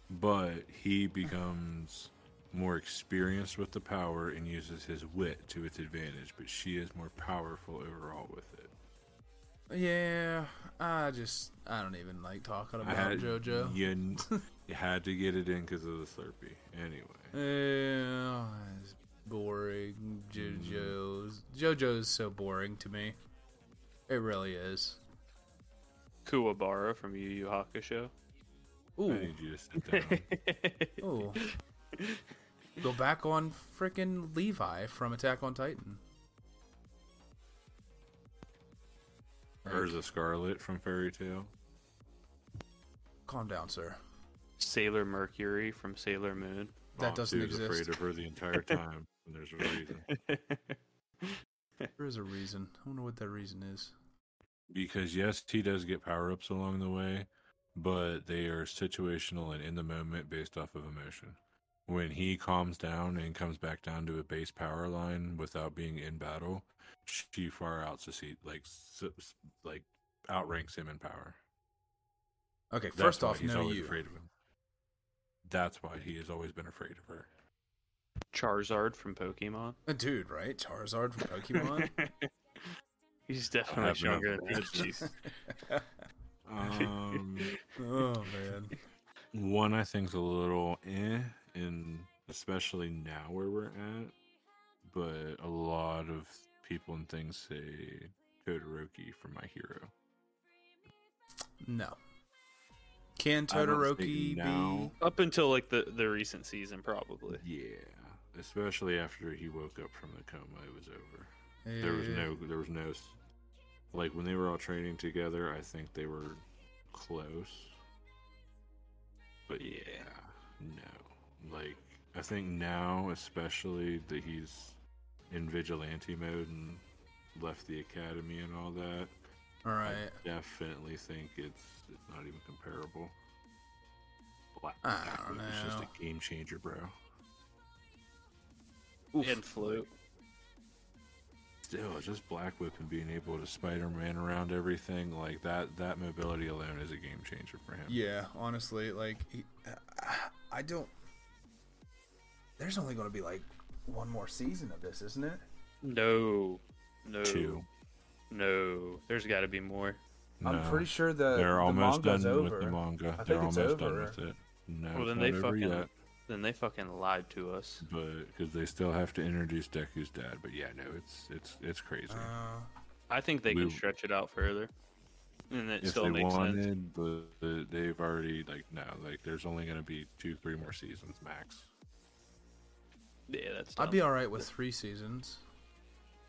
Speaker 3: But he becomes more experienced with the power and uses his wit to its advantage, but she is more powerful overall with it.
Speaker 1: yeah. I just I don't even like talking about JoJo.
Speaker 3: You, n- you had to get it in because of the Slurpee. Anyway.
Speaker 1: Yeah, it's Eh, boring. JoJo's JoJo is so boring to me. It really is.
Speaker 4: Kuwabara from Yu Yu Hakusho.
Speaker 1: Ooh,
Speaker 3: I need you to sit down.
Speaker 1: ooh. Go back on frickin' Levi from Attack on Titan.
Speaker 3: Urza Scarlet from Fairy Tale.
Speaker 1: Calm down, sir.
Speaker 4: Sailor Mercury from Sailor Moon.
Speaker 1: That
Speaker 3: Mom,
Speaker 1: doesn't
Speaker 3: she was
Speaker 1: exist.
Speaker 3: afraid of her the entire time, and there's a reason.
Speaker 1: There is a reason. I wonder what that reason is.
Speaker 3: Because yes, he does get power ups along the way, but they are situational and in the moment based off of emotion. When he calms down and comes back down to a base power line without being in battle, she far out succeed like su- s- like outranks him in power.
Speaker 1: Okay,
Speaker 3: That's
Speaker 1: first
Speaker 3: why
Speaker 1: off,
Speaker 3: he's
Speaker 1: no
Speaker 3: always
Speaker 1: you.
Speaker 3: afraid of him. That's why he has always been afraid of her.
Speaker 4: Charizard from Pokemon.
Speaker 1: Uh, Dude, right? Charizard from Pokemon?
Speaker 4: He's
Speaker 3: I
Speaker 4: definitely
Speaker 3: have no
Speaker 4: stronger than
Speaker 3: idea.
Speaker 4: that.
Speaker 3: Um,
Speaker 1: Oh man.
Speaker 3: one I think's a little eh, and especially now where we're at, but a lot of people and things say Todoroki for my hero.
Speaker 1: No. Can
Speaker 3: I don't
Speaker 1: Todoroki
Speaker 3: think
Speaker 1: be?
Speaker 3: now.
Speaker 4: Up until like the the recent season, probably.
Speaker 3: Yeah, especially after he woke up from the coma, it was over. There was
Speaker 1: Yeah.
Speaker 3: no, there was no, s- like when they were all training together. I think they were close, but yeah, no. Like I think now, especially that he's in vigilante mode and left the academy and all that.
Speaker 1: All
Speaker 3: I
Speaker 1: right.
Speaker 3: definitely think it's it's not even comparable. Black
Speaker 1: I
Speaker 3: Black
Speaker 1: don't
Speaker 3: Widow's just
Speaker 1: know.
Speaker 3: a game changer, bro.
Speaker 4: And float.
Speaker 3: Still, just Black Whip and being able to Spider-Man around everything like that—that mobility alone is a game changer for him.
Speaker 1: Yeah, honestly, like he, I don't. There's only going to be like one more season of this, isn't it?
Speaker 4: No. No.
Speaker 3: Two.
Speaker 4: No. There's got to be more.
Speaker 1: I'm
Speaker 3: No.
Speaker 1: pretty sure the
Speaker 3: they're
Speaker 1: the
Speaker 3: almost
Speaker 1: manga's
Speaker 3: done
Speaker 1: over.
Speaker 3: with the manga.
Speaker 1: think
Speaker 3: They're
Speaker 1: it's
Speaker 3: almost done
Speaker 1: over.
Speaker 3: with it. No,
Speaker 4: well,
Speaker 3: it's
Speaker 4: then
Speaker 3: not
Speaker 4: they
Speaker 3: over
Speaker 4: fucking
Speaker 3: yet,
Speaker 4: then they fucking lied to us.
Speaker 3: but because they still have to introduce Deku's dad. But yeah, no, it's it's it's crazy.
Speaker 1: Uh,
Speaker 4: I think they can
Speaker 3: We-
Speaker 4: stretch it out further, and it
Speaker 3: if
Speaker 4: still
Speaker 3: they
Speaker 4: makes
Speaker 3: wanted,
Speaker 4: sense.
Speaker 3: but- but they've already like no, like there's only gonna be two, three more seasons max.
Speaker 4: Yeah, that's.
Speaker 1: I'd
Speaker 4: dumb.
Speaker 1: be all right with three seasons.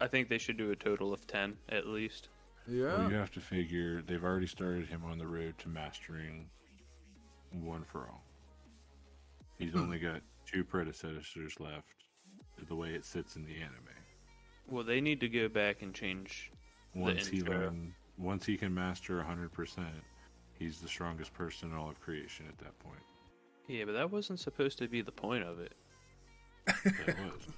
Speaker 4: I think they should do a total of ten at least.
Speaker 1: Yeah.
Speaker 3: Well, you have to figure they've already started him on the road to mastering one for all. He's
Speaker 1: Hmm.
Speaker 3: only got two predecessors left. The way it sits in the anime,
Speaker 4: Well, they need to go back and change.
Speaker 3: once he
Speaker 4: intro.
Speaker 3: learn, once he can master hundred percent, he's the strongest person in all of creation at that point.
Speaker 4: Yeah, but that wasn't supposed to be the point of it.
Speaker 3: That was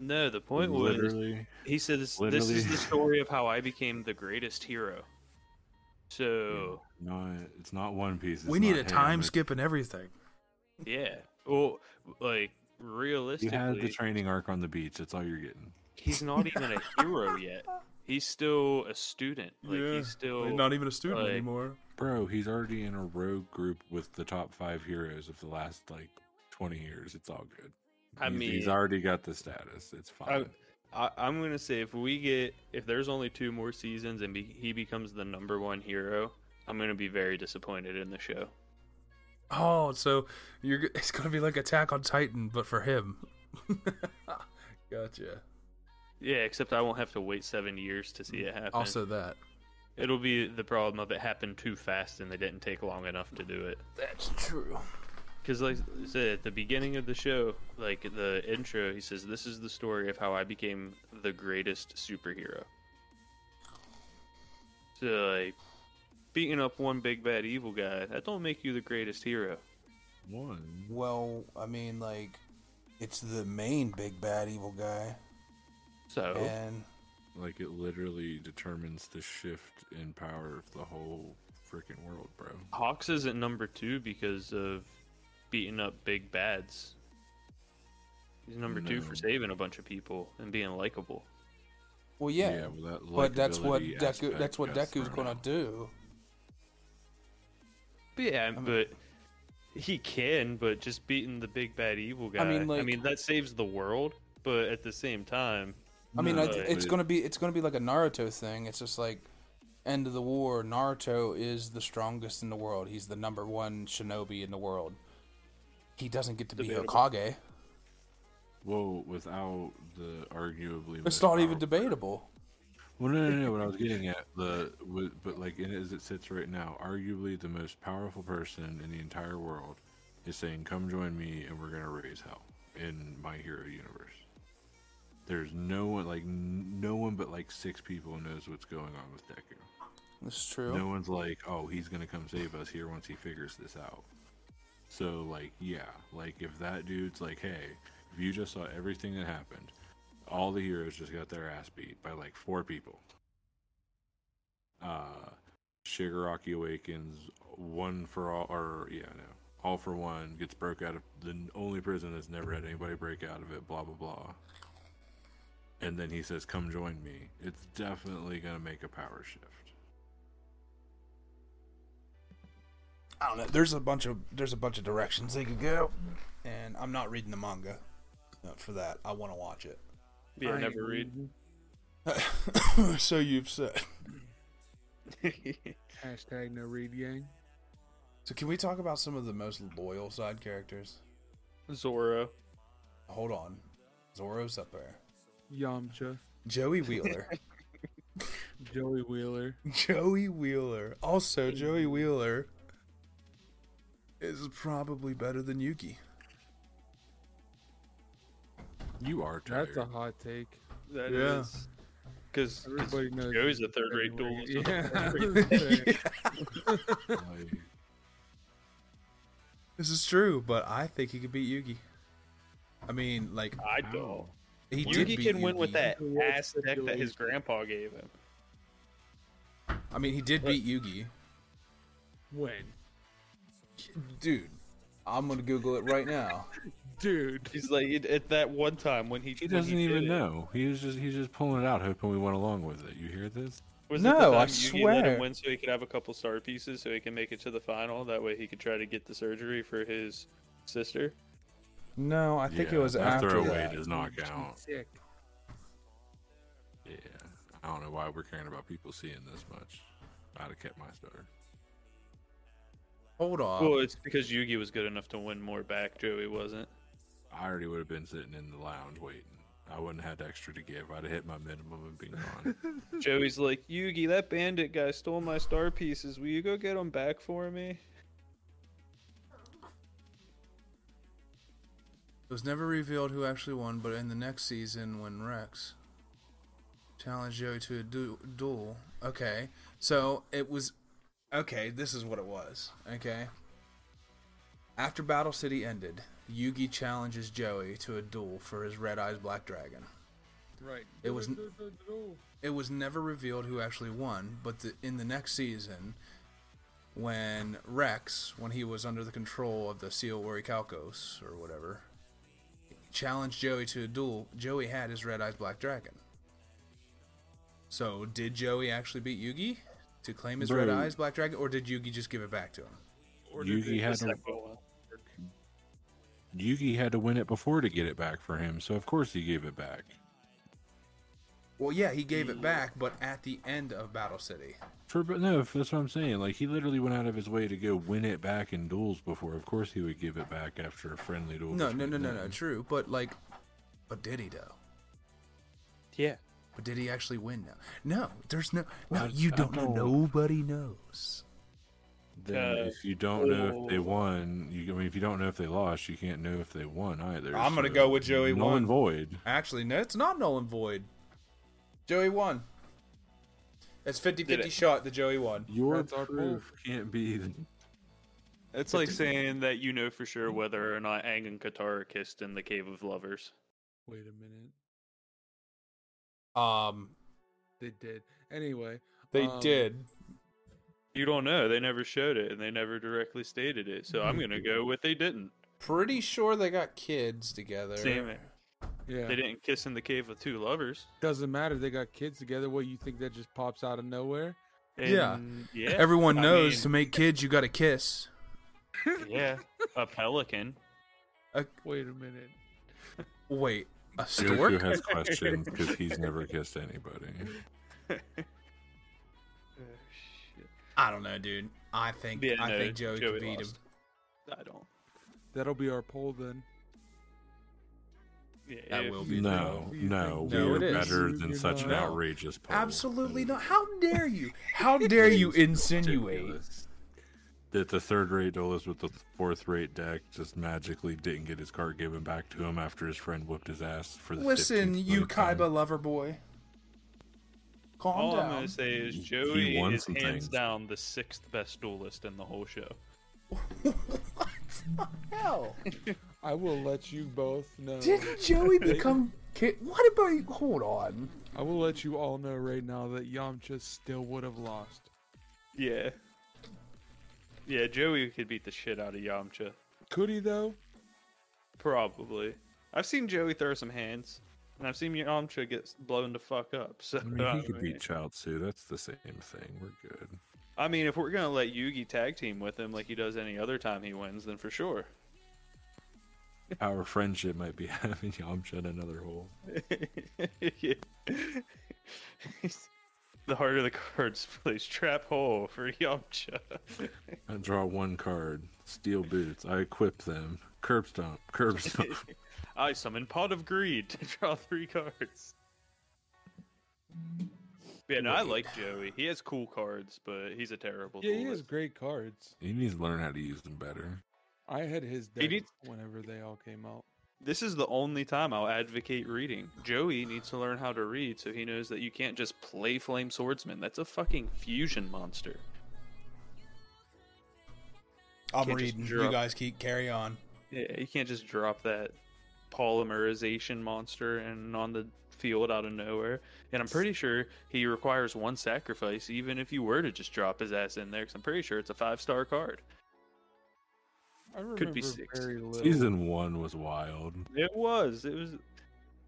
Speaker 4: No, the point was
Speaker 3: literally
Speaker 4: he says this
Speaker 3: literally-
Speaker 4: is the story of how I became the greatest hero. So
Speaker 3: not. It's not One Piece. it's
Speaker 1: Oh. we need
Speaker 3: not
Speaker 1: a
Speaker 3: him,
Speaker 1: time
Speaker 3: it's-
Speaker 1: skip and everything.
Speaker 4: yeah, well, like
Speaker 3: You had the
Speaker 4: realistically,
Speaker 3: training arc on the beach. That's all you're getting.
Speaker 4: he's not even a hero yet. He's still a student. Like he's still
Speaker 1: not even a student
Speaker 4: like-
Speaker 1: anymore.
Speaker 3: Bro, he's already in a rogue group with the top five heroes of the last like 20 years. It's all good.
Speaker 4: I
Speaker 3: He's- he's
Speaker 4: mean-
Speaker 3: already got the status. It's fine.
Speaker 4: I, I'm gonna say if we get if there's only two more seasons and be, he becomes the number one hero, I'm gonna be very disappointed in the show.
Speaker 1: Oh, so you're g- it's going to be like Attack on Titan, but for him. gotcha.
Speaker 4: Yeah, except I won't have to wait seven years to see it happen.
Speaker 1: Also that.
Speaker 4: it'll be the problem of it happened too fast and they didn't take long enough to do it.
Speaker 1: That's true.
Speaker 4: Because like I said at the beginning of the show, like the intro, he says, "This is the story of how I became the greatest superhero." So like beating up one big bad evil guy that don't make you the greatest hero.
Speaker 3: One.
Speaker 5: Well, I mean, like, it's the main big bad evil guy,
Speaker 1: Oh.
Speaker 4: So.
Speaker 5: and
Speaker 3: Like, it literally determines the shift in power of the whole freaking world, bro.
Speaker 4: Hawks is at number two because of beating up big bads. He's number two
Speaker 3: No.
Speaker 4: for saving a bunch of people and being likable.
Speaker 5: well, yeah,
Speaker 3: well, that
Speaker 5: but that's what
Speaker 3: likability
Speaker 5: Deku. That's
Speaker 3: aspect
Speaker 5: what
Speaker 3: got
Speaker 5: Deku's
Speaker 3: thrown
Speaker 5: gonna
Speaker 3: out.
Speaker 5: do.
Speaker 4: But yeah,
Speaker 5: mean-
Speaker 4: but he can, but just beating the big bad evil guy.
Speaker 5: I mean, like-
Speaker 4: that saves the world, but at the same time,
Speaker 5: I mean,
Speaker 4: No,
Speaker 5: I- it's
Speaker 3: but-
Speaker 5: gonna be it's gonna be like a Naruto thing. It's just like end of the war. Naruto is the strongest in the world. He's the number one shinobi in the world. He doesn't get to be
Speaker 4: Debatable.
Speaker 5: Hokage.
Speaker 3: Well, without the arguably.
Speaker 5: It's
Speaker 3: most
Speaker 5: not
Speaker 1: Oh.
Speaker 5: even
Speaker 3: powerful-
Speaker 5: debatable.
Speaker 3: Well, no, no, no. What I was getting at the, with, but like in, as it sits right now, arguably the most powerful person in the entire world is saying, "Come join me, and we're gonna raise hell in my hero universe." There's no one, like n- no one, but like six people knows what's going on with Deku.
Speaker 5: This is true.
Speaker 3: No one's like, "Oh, he's gonna come save us here once he figures this out." So, like, yeah, like if that dude's like, "Hey, if you just saw everything that happened, all the heroes just got their ass beat by like four people." uh Shigaraki awakens one for all or yeah no all for one gets broke out of the only prison that's never had anybody break out of it blah blah blah and then he says come join me it's definitely gonna make a power shift
Speaker 1: I don't know. There's a bunch of there's a bunch of directions they could go, and I'm not reading the manga uh, for that. I want to watch it.
Speaker 4: Yeah,
Speaker 2: I
Speaker 4: never read.
Speaker 1: so you've said.
Speaker 2: Hashtag no read gang.
Speaker 1: So can we talk about some of the most loyal side characters?
Speaker 4: Zoro.
Speaker 1: Hold on, Zoro's up there.
Speaker 2: Yamcha,
Speaker 1: Joey Wheeler.
Speaker 2: Joey Wheeler.
Speaker 1: Joey Wheeler. Also, Joey Wheeler is probably better than Yuki.
Speaker 3: You are tired.
Speaker 2: That's a hot take.
Speaker 4: That
Speaker 1: Yeah.
Speaker 4: is because
Speaker 2: Everybody knows.
Speaker 4: Joey's
Speaker 2: that
Speaker 4: a third-rate
Speaker 2: Joey
Speaker 4: duelist.
Speaker 2: Wheeler- Yeah.
Speaker 3: Like,
Speaker 1: This is true, but I think he could beat Yugi. I mean, like
Speaker 4: I
Speaker 3: wow.
Speaker 4: don't.
Speaker 1: he did
Speaker 4: Yugi
Speaker 1: beat
Speaker 4: can win with
Speaker 1: Yugi.
Speaker 4: that
Speaker 2: Who wants
Speaker 4: ass
Speaker 2: to
Speaker 4: deck
Speaker 2: do
Speaker 4: that
Speaker 2: it?
Speaker 4: his grandpa gave him.
Speaker 1: I mean, he did beat Yugi.
Speaker 2: when,
Speaker 1: Dude, I'm gonna Google it right now.
Speaker 2: dude.
Speaker 4: He's like it- at that one time when he
Speaker 3: He
Speaker 4: when
Speaker 3: doesn't
Speaker 4: did
Speaker 3: even
Speaker 4: it,
Speaker 3: know. He's just he's just pulling it out, hoping we went along with it. You hear this?
Speaker 4: Was
Speaker 1: No,
Speaker 4: it the time
Speaker 1: I
Speaker 4: Yugi let
Speaker 1: swear.
Speaker 4: him win so he could have a couple star pieces so he can make it to the final. That way he could try to get the surgery for his sister.
Speaker 1: No, I think it
Speaker 3: Yeah,
Speaker 1: was
Speaker 3: that
Speaker 1: after
Speaker 3: throwaway
Speaker 1: that.
Speaker 3: does not count.
Speaker 2: Sick.
Speaker 3: Yeah, I don't know why we're caring about people seeing this much. I'd have kept my starter.
Speaker 1: Hold on.
Speaker 4: well, it's because Yugi was good enough to win more back. Joey wasn't.
Speaker 3: I already would have been sitting in the lounge waiting. I wouldn't have had extra to give. I'd have hit my minimum and been gone.
Speaker 4: Joey's like Yugi, that bandit guy stole my star pieces. Will you go get them back for me?
Speaker 1: It was never revealed who actually won, but in the next season, when Rex challenged Joey to a du- duel. Okay, so it was. Okay, this is what it was. Okay. After Battle City ended, Yugi challenges Joey to a duel for his Red Eyes Black Dragon.
Speaker 2: Right.
Speaker 1: It was- It was never revealed who actually won, but the, in the next season, when Rex, when he was under the control of the Seal Orichalcos or whatever, challenged Joey to a duel, Joey had his Red Eyes Black Dragon. So, did Joey actually beat Yugi to claim his Red
Speaker 3: Bro.
Speaker 1: Eyes Black Dragon, or did Yugi just give it back to him?
Speaker 3: Yugi had
Speaker 4: The
Speaker 3: to,
Speaker 4: second one.
Speaker 3: Yugi had to win it before to get it back for him, so of course he gave it back.
Speaker 1: Well, yeah, he gave it back, but at the end of Battle City.
Speaker 3: For but no, if that's what I'm saying. Like he literally went out of his way to go win it back in duels before. Of course he would give it back after a friendly duel.
Speaker 1: No, no, no,
Speaker 3: between
Speaker 1: no, no,
Speaker 3: them.
Speaker 1: true, but like, but did he though?
Speaker 4: Yeah.
Speaker 1: But did he actually win now? No, there's no. No,
Speaker 3: I-
Speaker 1: you
Speaker 3: I
Speaker 1: don't know.
Speaker 3: don't-
Speaker 1: Nobody knows.
Speaker 3: Then
Speaker 4: Uh,
Speaker 3: if you don't know if
Speaker 1: oh.
Speaker 3: they won, you I mean if you don't know if they lost, you can't know if they won either.
Speaker 1: I'm gonna go with Joey
Speaker 3: Null
Speaker 1: won.
Speaker 3: and void.
Speaker 1: Actually, no, it's not null and void. Joey won. It's 50
Speaker 4: Did
Speaker 1: 50
Speaker 4: it.
Speaker 1: shot that Joey won.
Speaker 3: Your
Speaker 2: That's our
Speaker 3: proof can't be.
Speaker 4: It's like saying that you know for sure whether or not Aang and Katara kissed in the Cave of Lovers.
Speaker 2: Wait a minute.
Speaker 1: Um,
Speaker 2: They did. Anyway.
Speaker 1: they
Speaker 2: um,
Speaker 1: did.
Speaker 4: You don't know. They never showed it, and they never directly stated it. So I'm gonna go with they didn't.
Speaker 1: Pretty sure they got kids together.
Speaker 4: Same. it.
Speaker 2: Yeah.
Speaker 4: They didn't kiss in the cave of two lovers.
Speaker 2: Doesn't matter. They got kids together. What you think that just pops out of nowhere?
Speaker 1: Yeah.
Speaker 4: And Yeah.
Speaker 1: Everyone
Speaker 4: I
Speaker 1: knows
Speaker 4: mean-
Speaker 1: to make kids, you got to kiss.
Speaker 4: Yeah. A pelican.
Speaker 2: Wait a minute.
Speaker 1: Wait, a
Speaker 3: Joku
Speaker 1: stork?
Speaker 3: has questions because he's never kissed anybody.
Speaker 1: I don't know, dude. I think
Speaker 4: Yeah,
Speaker 1: I
Speaker 4: no,
Speaker 1: think Joey,
Speaker 4: Joey
Speaker 1: could beat
Speaker 4: lost. I don't.
Speaker 2: That'll be our poll then.
Speaker 4: Yeah,
Speaker 1: That
Speaker 4: if-
Speaker 1: will be-
Speaker 3: No, no,
Speaker 1: No,
Speaker 3: we're
Speaker 1: it is.
Speaker 3: better
Speaker 2: You're
Speaker 3: than such an
Speaker 2: not.
Speaker 3: outrageous
Speaker 1: him.
Speaker 3: poll.
Speaker 1: Absolutely not. How dare you? How dare you insinuate?
Speaker 3: Ridiculous. That the third rate duelist with the fourth rate deck just magically didn't get his card given back to him after his friend whooped his ass for the
Speaker 1: Listen,
Speaker 3: 15th
Speaker 1: you
Speaker 3: time.
Speaker 1: Kaiba lover boy. Calm
Speaker 4: All I'm
Speaker 1: down.
Speaker 4: gonna say is
Speaker 3: He- he
Speaker 4: Joey
Speaker 3: won
Speaker 4: is
Speaker 3: some
Speaker 4: hands
Speaker 3: things.
Speaker 4: down the sixth best duelist in the whole show.
Speaker 1: what the hell?
Speaker 2: I will let you both know.
Speaker 1: Didn't Joey become kid? What about you? Hold on.
Speaker 2: I will let you all know right now that Yamcha still would have lost.
Speaker 4: Yeah. Yeah, Joey could beat the shit out of Yamcha.
Speaker 2: Could he though?
Speaker 4: Probably. I've seen Joey throw some hands, and I've seen Yamcha get blown to fuck up. So
Speaker 3: I mean, he could
Speaker 4: I mean,
Speaker 3: beat Child Tzu. That's the same thing. We're good.
Speaker 4: I mean, if we're gonna let Yugi tag team with him like he does any other time he wins, then for sure.
Speaker 3: Our friendship might be having Yamcha in another hole.
Speaker 4: the heart of the cards plays trap hole for Yamcha.
Speaker 3: I draw one card. Steel boots. I equip them. Curb stomp. Curb stomp.
Speaker 4: I summon Pot of Greed to draw three cards. Yeah, no, I like Joey. He has cool cards, but he's a terrible.
Speaker 2: Yeah, he has
Speaker 4: duelist.
Speaker 2: great cards.
Speaker 3: he needs to learn how to use them better.
Speaker 2: I had his
Speaker 4: He
Speaker 2: deck
Speaker 4: needs-
Speaker 2: whenever they all came out.
Speaker 4: This is the only time I'll advocate reading. Joey needs to learn how to read so he knows that you can't just play Flame Swordsman. That's a fucking fusion monster.
Speaker 1: I'm
Speaker 4: Can't just
Speaker 1: reading. You
Speaker 4: drop-
Speaker 1: guys keep carry on.
Speaker 4: Yeah, you can't just drop that polymerization monster and on the field out of nowhere. And I'm pretty sure he requires one sacrifice, even if you were to just drop his ass in there, because I'm pretty sure it's a five star card.
Speaker 2: I remember
Speaker 4: Could be six.
Speaker 2: very little.
Speaker 3: Season one was wild.
Speaker 4: It was. It was.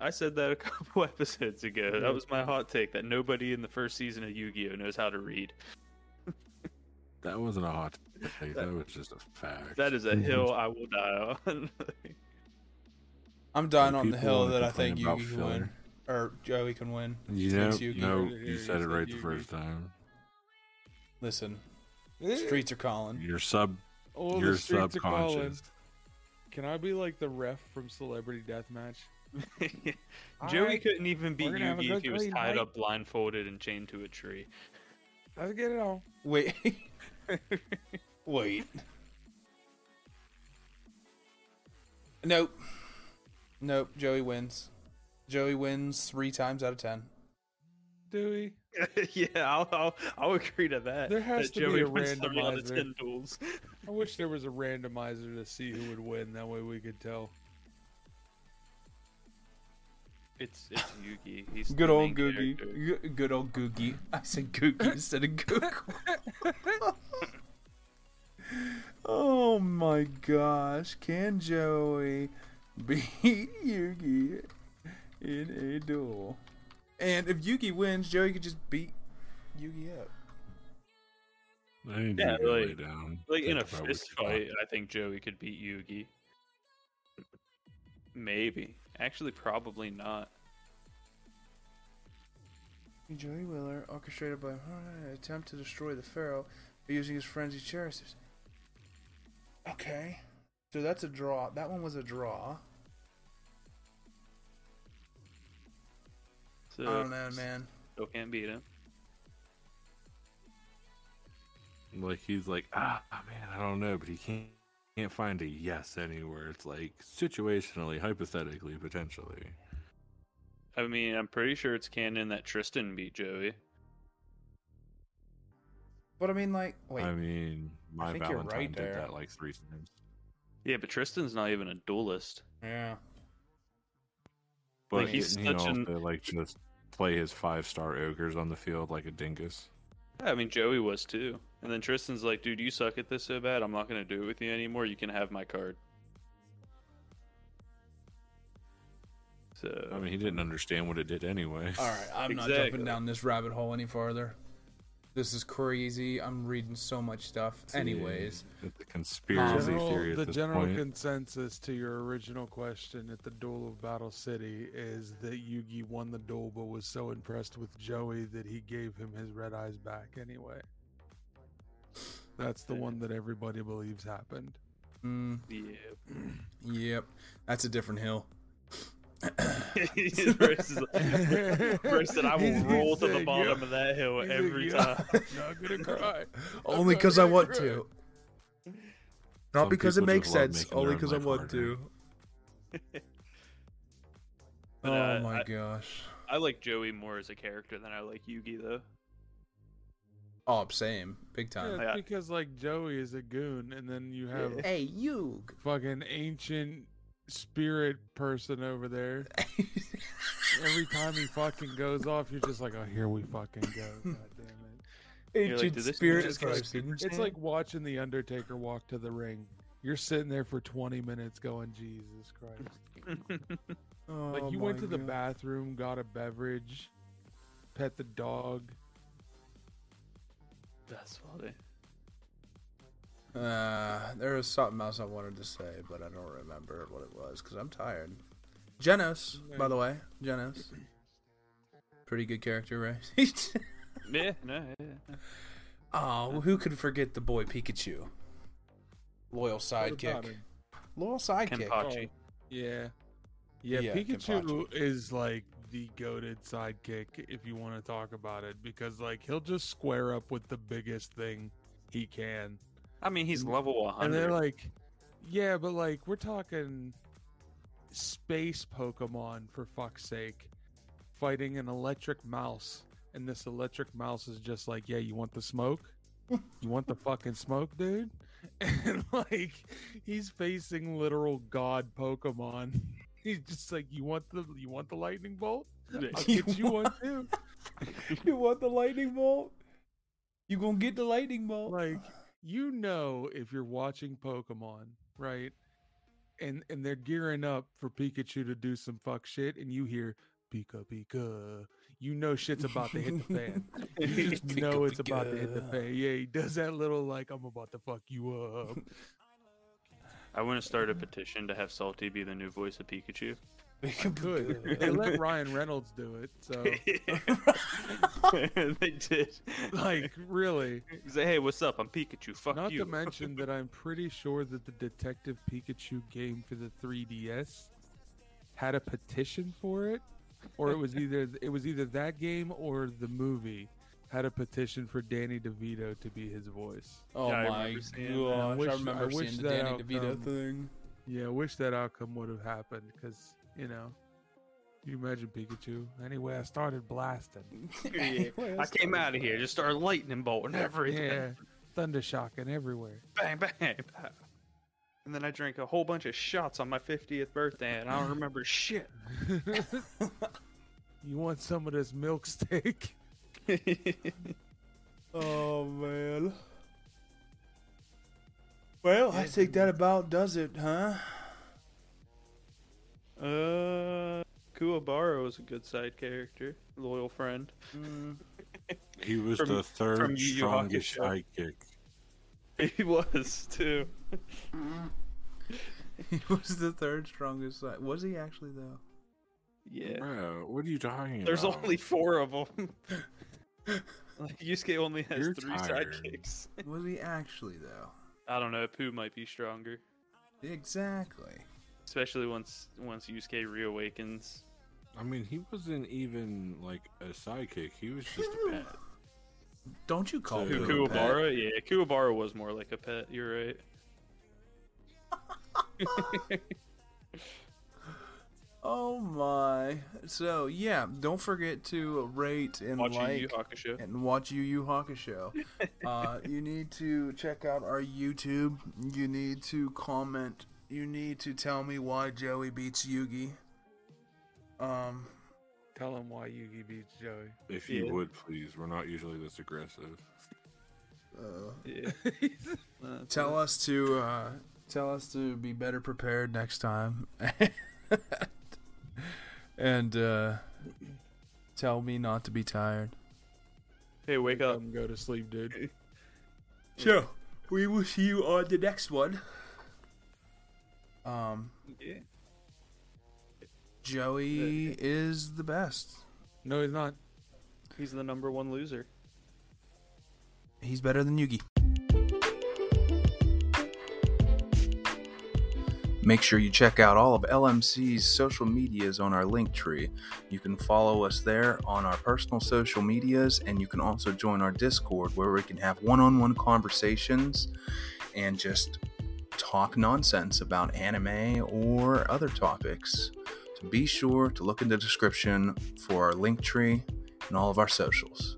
Speaker 4: I said that a couple episodes ago. That was my hot take that nobody in the first season of Yu Gi Oh knows how to read.
Speaker 3: That wasn't a hot take. That was just a fact.
Speaker 4: That is a hill I will die on.
Speaker 1: I'm dying
Speaker 3: Like,
Speaker 1: on the
Speaker 3: people
Speaker 1: hill
Speaker 3: wanna
Speaker 1: that I
Speaker 3: complain
Speaker 1: think
Speaker 3: about
Speaker 1: Yugi can
Speaker 3: filler.
Speaker 1: win. Or Joey can win.
Speaker 3: You know,
Speaker 1: Thanks, Yugi.
Speaker 3: no,
Speaker 2: Here,
Speaker 3: you
Speaker 2: here,
Speaker 3: said
Speaker 2: you
Speaker 3: it
Speaker 2: said
Speaker 3: right the
Speaker 2: Yugi.
Speaker 3: first time.
Speaker 1: Listen,
Speaker 2: Eh,
Speaker 1: streets are calling.
Speaker 3: Your sub,
Speaker 2: all
Speaker 3: your
Speaker 2: the streets are calling.
Speaker 3: subconscious.
Speaker 2: Can I be like the ref from Celebrity Deathmatch?
Speaker 4: Joey
Speaker 2: Alright,
Speaker 4: couldn't even beat
Speaker 2: we're gonna have a
Speaker 4: Yugi
Speaker 2: good
Speaker 4: if he was
Speaker 2: green
Speaker 4: tied
Speaker 2: light.
Speaker 4: up, blindfolded, and chained to a tree.
Speaker 2: Let's get it on.
Speaker 1: Wait. Wait. Nope. Nope. Joey wins. Joey wins three times out of ten.
Speaker 2: Dewey.
Speaker 4: yeah, I'll, I'll, I'll agree to that.
Speaker 2: There has
Speaker 4: that
Speaker 2: to be a
Speaker 4: wins three out of
Speaker 2: randomizer.
Speaker 4: ten duels.
Speaker 2: I wish there was a randomizer to see who would win. That way we could tell.
Speaker 4: It's it's Yugi. He's
Speaker 1: Good
Speaker 4: the
Speaker 1: old
Speaker 4: main
Speaker 1: Googie.
Speaker 4: character.
Speaker 1: G- Good old Googie. I said Googie instead of Google. oh my gosh. Can Joey beat Yugi in a duel? And if Yugi wins, Joey could just beat Yugi up.
Speaker 3: I need
Speaker 4: Yeah,
Speaker 3: to go lay
Speaker 4: like-
Speaker 3: down.
Speaker 4: Like in
Speaker 3: Think
Speaker 4: a
Speaker 3: about what
Speaker 4: fist
Speaker 3: you got.
Speaker 4: fight, I think Joey could beat Yugi. Maybe. Actually, probably not.
Speaker 1: Joey Wheeler, orchestrated by an attempt to destroy the Pharaoh by using his friends he cherishes. Okay. So that's a draw. That one was a draw.
Speaker 4: So
Speaker 1: I don't know, man.
Speaker 4: Still can't beat him.
Speaker 3: Like he's like, ah, man, I don't know, but he can't can't find a yes anywhere. It's like situationally, hypothetically, potentially.
Speaker 4: I mean, I'm pretty sure it's canon that Tristan beat Joey.
Speaker 1: But I mean, like, wait.
Speaker 3: I mean, my
Speaker 1: think you're
Speaker 3: Valentine
Speaker 1: right
Speaker 3: did
Speaker 1: there.
Speaker 3: that like three times.
Speaker 4: Yeah, but Tristan's not even a duelist.
Speaker 1: yeah.
Speaker 3: But
Speaker 4: Like, he's
Speaker 3: didn't he
Speaker 4: such an-
Speaker 3: also, like just play his five star ogres on the field like a dingus.
Speaker 4: Yeah, I mean, Joey was too. And then Tristan's like, dude, you suck at this so bad. I'm not going to do it with you anymore. You can have my card. So,
Speaker 3: I mean, he didn't understand what it did anyway.
Speaker 1: All right, I'm not
Speaker 4: Exactly.
Speaker 1: jumping down this rabbit hole any farther. This is crazy. I'm reading so much stuff. Anyways,
Speaker 3: It's a conspiracy
Speaker 1: Um,
Speaker 2: General-
Speaker 3: theory at
Speaker 2: the
Speaker 3: this
Speaker 2: general
Speaker 3: point.
Speaker 2: consensus to your original question at the duel of Battle City is that Yugi won the duel, but was so impressed with Joey that he gave him his red eyes back anyway. That's the one that everybody believes happened.
Speaker 1: mm,
Speaker 4: yeah.
Speaker 1: yep, that's a different hill.
Speaker 4: Bryce, is like, Bryce said, I will
Speaker 2: He's- he's
Speaker 4: roll to the
Speaker 2: saying,
Speaker 4: bottom
Speaker 2: "Yeah."
Speaker 4: of that hill
Speaker 2: He's like,
Speaker 4: every
Speaker 2: "Yeah,
Speaker 4: time.
Speaker 2: I'm not gonna cry. I'm
Speaker 1: Only
Speaker 2: not
Speaker 1: because I
Speaker 2: gonna
Speaker 1: want
Speaker 2: cry."
Speaker 1: to. Not
Speaker 3: Some
Speaker 1: because it
Speaker 3: people
Speaker 1: makes
Speaker 3: just love
Speaker 1: sense.
Speaker 3: making their
Speaker 1: Only
Speaker 3: own
Speaker 1: because I
Speaker 3: life
Speaker 1: want
Speaker 3: harder.
Speaker 1: to.
Speaker 4: But,
Speaker 1: oh
Speaker 4: uh,
Speaker 1: my
Speaker 4: I-
Speaker 1: gosh.
Speaker 4: I like Joey more as a character than I like Yugi, though.
Speaker 1: Oh, same, big
Speaker 2: Yeah,
Speaker 1: time.
Speaker 2: it's
Speaker 4: Yeah.
Speaker 2: because like Joey is a goon, and then you have
Speaker 1: Hey, Yug.
Speaker 2: fucking ancient spirit person over there. Every time he fucking goes off, you're just like, oh, here we fucking go. God damn it.
Speaker 4: You're like,
Speaker 1: Ancient
Speaker 4: "Did this
Speaker 1: spirit
Speaker 4: just go
Speaker 1: person.
Speaker 2: It's like watching The Undertaker walk to the ring. You're sitting there for 20 minutes going, Jesus Christ.
Speaker 1: Oh,
Speaker 2: Like, you went
Speaker 1: my
Speaker 2: to the
Speaker 1: God.
Speaker 2: bathroom, got a beverage, pet the dog.
Speaker 4: That's funny.
Speaker 1: Uh, there was something else I wanted to say, but I don't remember what it was because I'm tired. Genos, by the way, Genos, pretty good character, right?
Speaker 4: Yeah, no, yeah.
Speaker 1: oh, who could forget the boy Pikachu? Loyal
Speaker 2: about
Speaker 1: sidekick,
Speaker 2: him?
Speaker 1: loyal sidekick.
Speaker 4: Kenpachi.
Speaker 2: Yeah. Yeah,
Speaker 1: Yeah,
Speaker 2: Pikachu is like the goaded sidekick if you want to talk about it because like he'll just square up with the biggest thing he can.
Speaker 4: I mean, he's level 100.
Speaker 2: And they're like yeah, but like we're talking space Pokemon for fuck's sake fighting an electric mouse and this electric mouse is just like, "Yeah, you want the smoke?" you want the fucking smoke, dude? And like, he's facing literal god Pokemon. He's just like, you want the you want the lightning bolt? I'll
Speaker 1: You
Speaker 2: get you one too.
Speaker 1: Oh, you want the lightning bolt? You gonna get the lightning bolt?
Speaker 2: Like, you know, if you're watching Pokemon, right? And and they're gearing up for Pikachu to do some fuck shit, and you hear Pika Pika. You know shit's about to hit the fan. You just
Speaker 1: Pika
Speaker 2: know it's about to hit the
Speaker 1: Pika.
Speaker 2: fan. Yeah, he does that little like I'm about to fuck you up.
Speaker 4: I want to start a petition to have Salty be the new voice of Pikachu.
Speaker 2: Good. they let Ryan Reynolds do it. So,
Speaker 4: they did.
Speaker 2: like, really.
Speaker 4: Say, hey, what's up? I'm Pikachu. Fuck
Speaker 2: Not
Speaker 4: you.
Speaker 2: to mention that I'm pretty sure that the Detective Pikachu game for the 3DS had a petition for it, or it was either it was either that game or the movie had a petition for Danny DeVito to be his voice.
Speaker 1: oh
Speaker 4: Yeah, I
Speaker 1: my
Speaker 4: remember
Speaker 1: gosh!
Speaker 4: seeing that. I
Speaker 1: I,
Speaker 2: wish-
Speaker 1: remember
Speaker 2: I wish
Speaker 1: seeing the
Speaker 2: that
Speaker 1: Danny DeVito
Speaker 2: outcome-
Speaker 1: thing.
Speaker 2: Yeah, I wish that outcome would have happened because you know, you imagine Pikachu. Anyway, I started blasting.
Speaker 4: Yeah. I came out of here. Just started lightning bolting everything.
Speaker 2: Yeah, thunder shocking everywhere.
Speaker 4: Bang, bang, bang. And then I drank a whole bunch of shots on my 50th birthday, and I don't remember shit.
Speaker 2: You want some of this milk steak?
Speaker 1: Oh man. Well, I think that about does it, huh?
Speaker 4: Uh, Kuwabara was a good side character, loyal friend.
Speaker 3: He was
Speaker 4: From-
Speaker 3: the third
Speaker 4: from Yu Yu
Speaker 3: strongest
Speaker 4: Hakusho.
Speaker 3: sidekick.
Speaker 4: He was too.
Speaker 1: He was the third strongest side. Was he actually though?
Speaker 4: Yeah.
Speaker 3: Bro, what are you talking
Speaker 4: There's
Speaker 3: about?
Speaker 4: only four of them. like, Yusuke only has
Speaker 3: You're
Speaker 4: three
Speaker 3: tired.
Speaker 4: sidekicks.
Speaker 1: Was he actually though?
Speaker 4: I don't know. Pooh might be stronger,
Speaker 1: Exactly.
Speaker 4: especially once once Yusuke reawakens.
Speaker 3: I mean, he wasn't even like a sidekick. He was just a pet.
Speaker 1: Don't you call
Speaker 3: So-
Speaker 1: him
Speaker 3: Who-
Speaker 1: a
Speaker 3: who
Speaker 1: pet?
Speaker 4: Kuwabara, yeah, Kuwabara was more like a pet. You're right.
Speaker 1: Oh my. So yeah, don't forget to rate and
Speaker 4: Watching
Speaker 1: like
Speaker 4: Yu Hakusho.
Speaker 1: and watch Yu Yu Hakusho. uh, you need to check out our YouTube. You need to comment. You need to tell me why Joey beats Yugi. Um,
Speaker 2: Tell him why Yugi beats Joey.
Speaker 3: If you
Speaker 4: Yeah.
Speaker 3: would please, we're not usually this aggressive.
Speaker 1: uh,
Speaker 4: Yeah. Uh,
Speaker 1: tell us to uh, tell us to be better prepared next time, and uh, tell me not to be tired.
Speaker 4: hey, wake up.
Speaker 2: Come go to sleep, dude.
Speaker 1: So we will see you on the next one. Um,
Speaker 4: Yeah.
Speaker 1: Joey is the best.
Speaker 2: No, he's not.
Speaker 4: He's the number one loser.
Speaker 1: He's better than Yugi. Make sure you check out all of LMC's social medias on our link tree. You can follow us there on our personal social medias, and you can also join our Discord where we can have one on one conversations and just talk nonsense about anime or other topics. So be sure to look in the description for our link tree and all of our socials.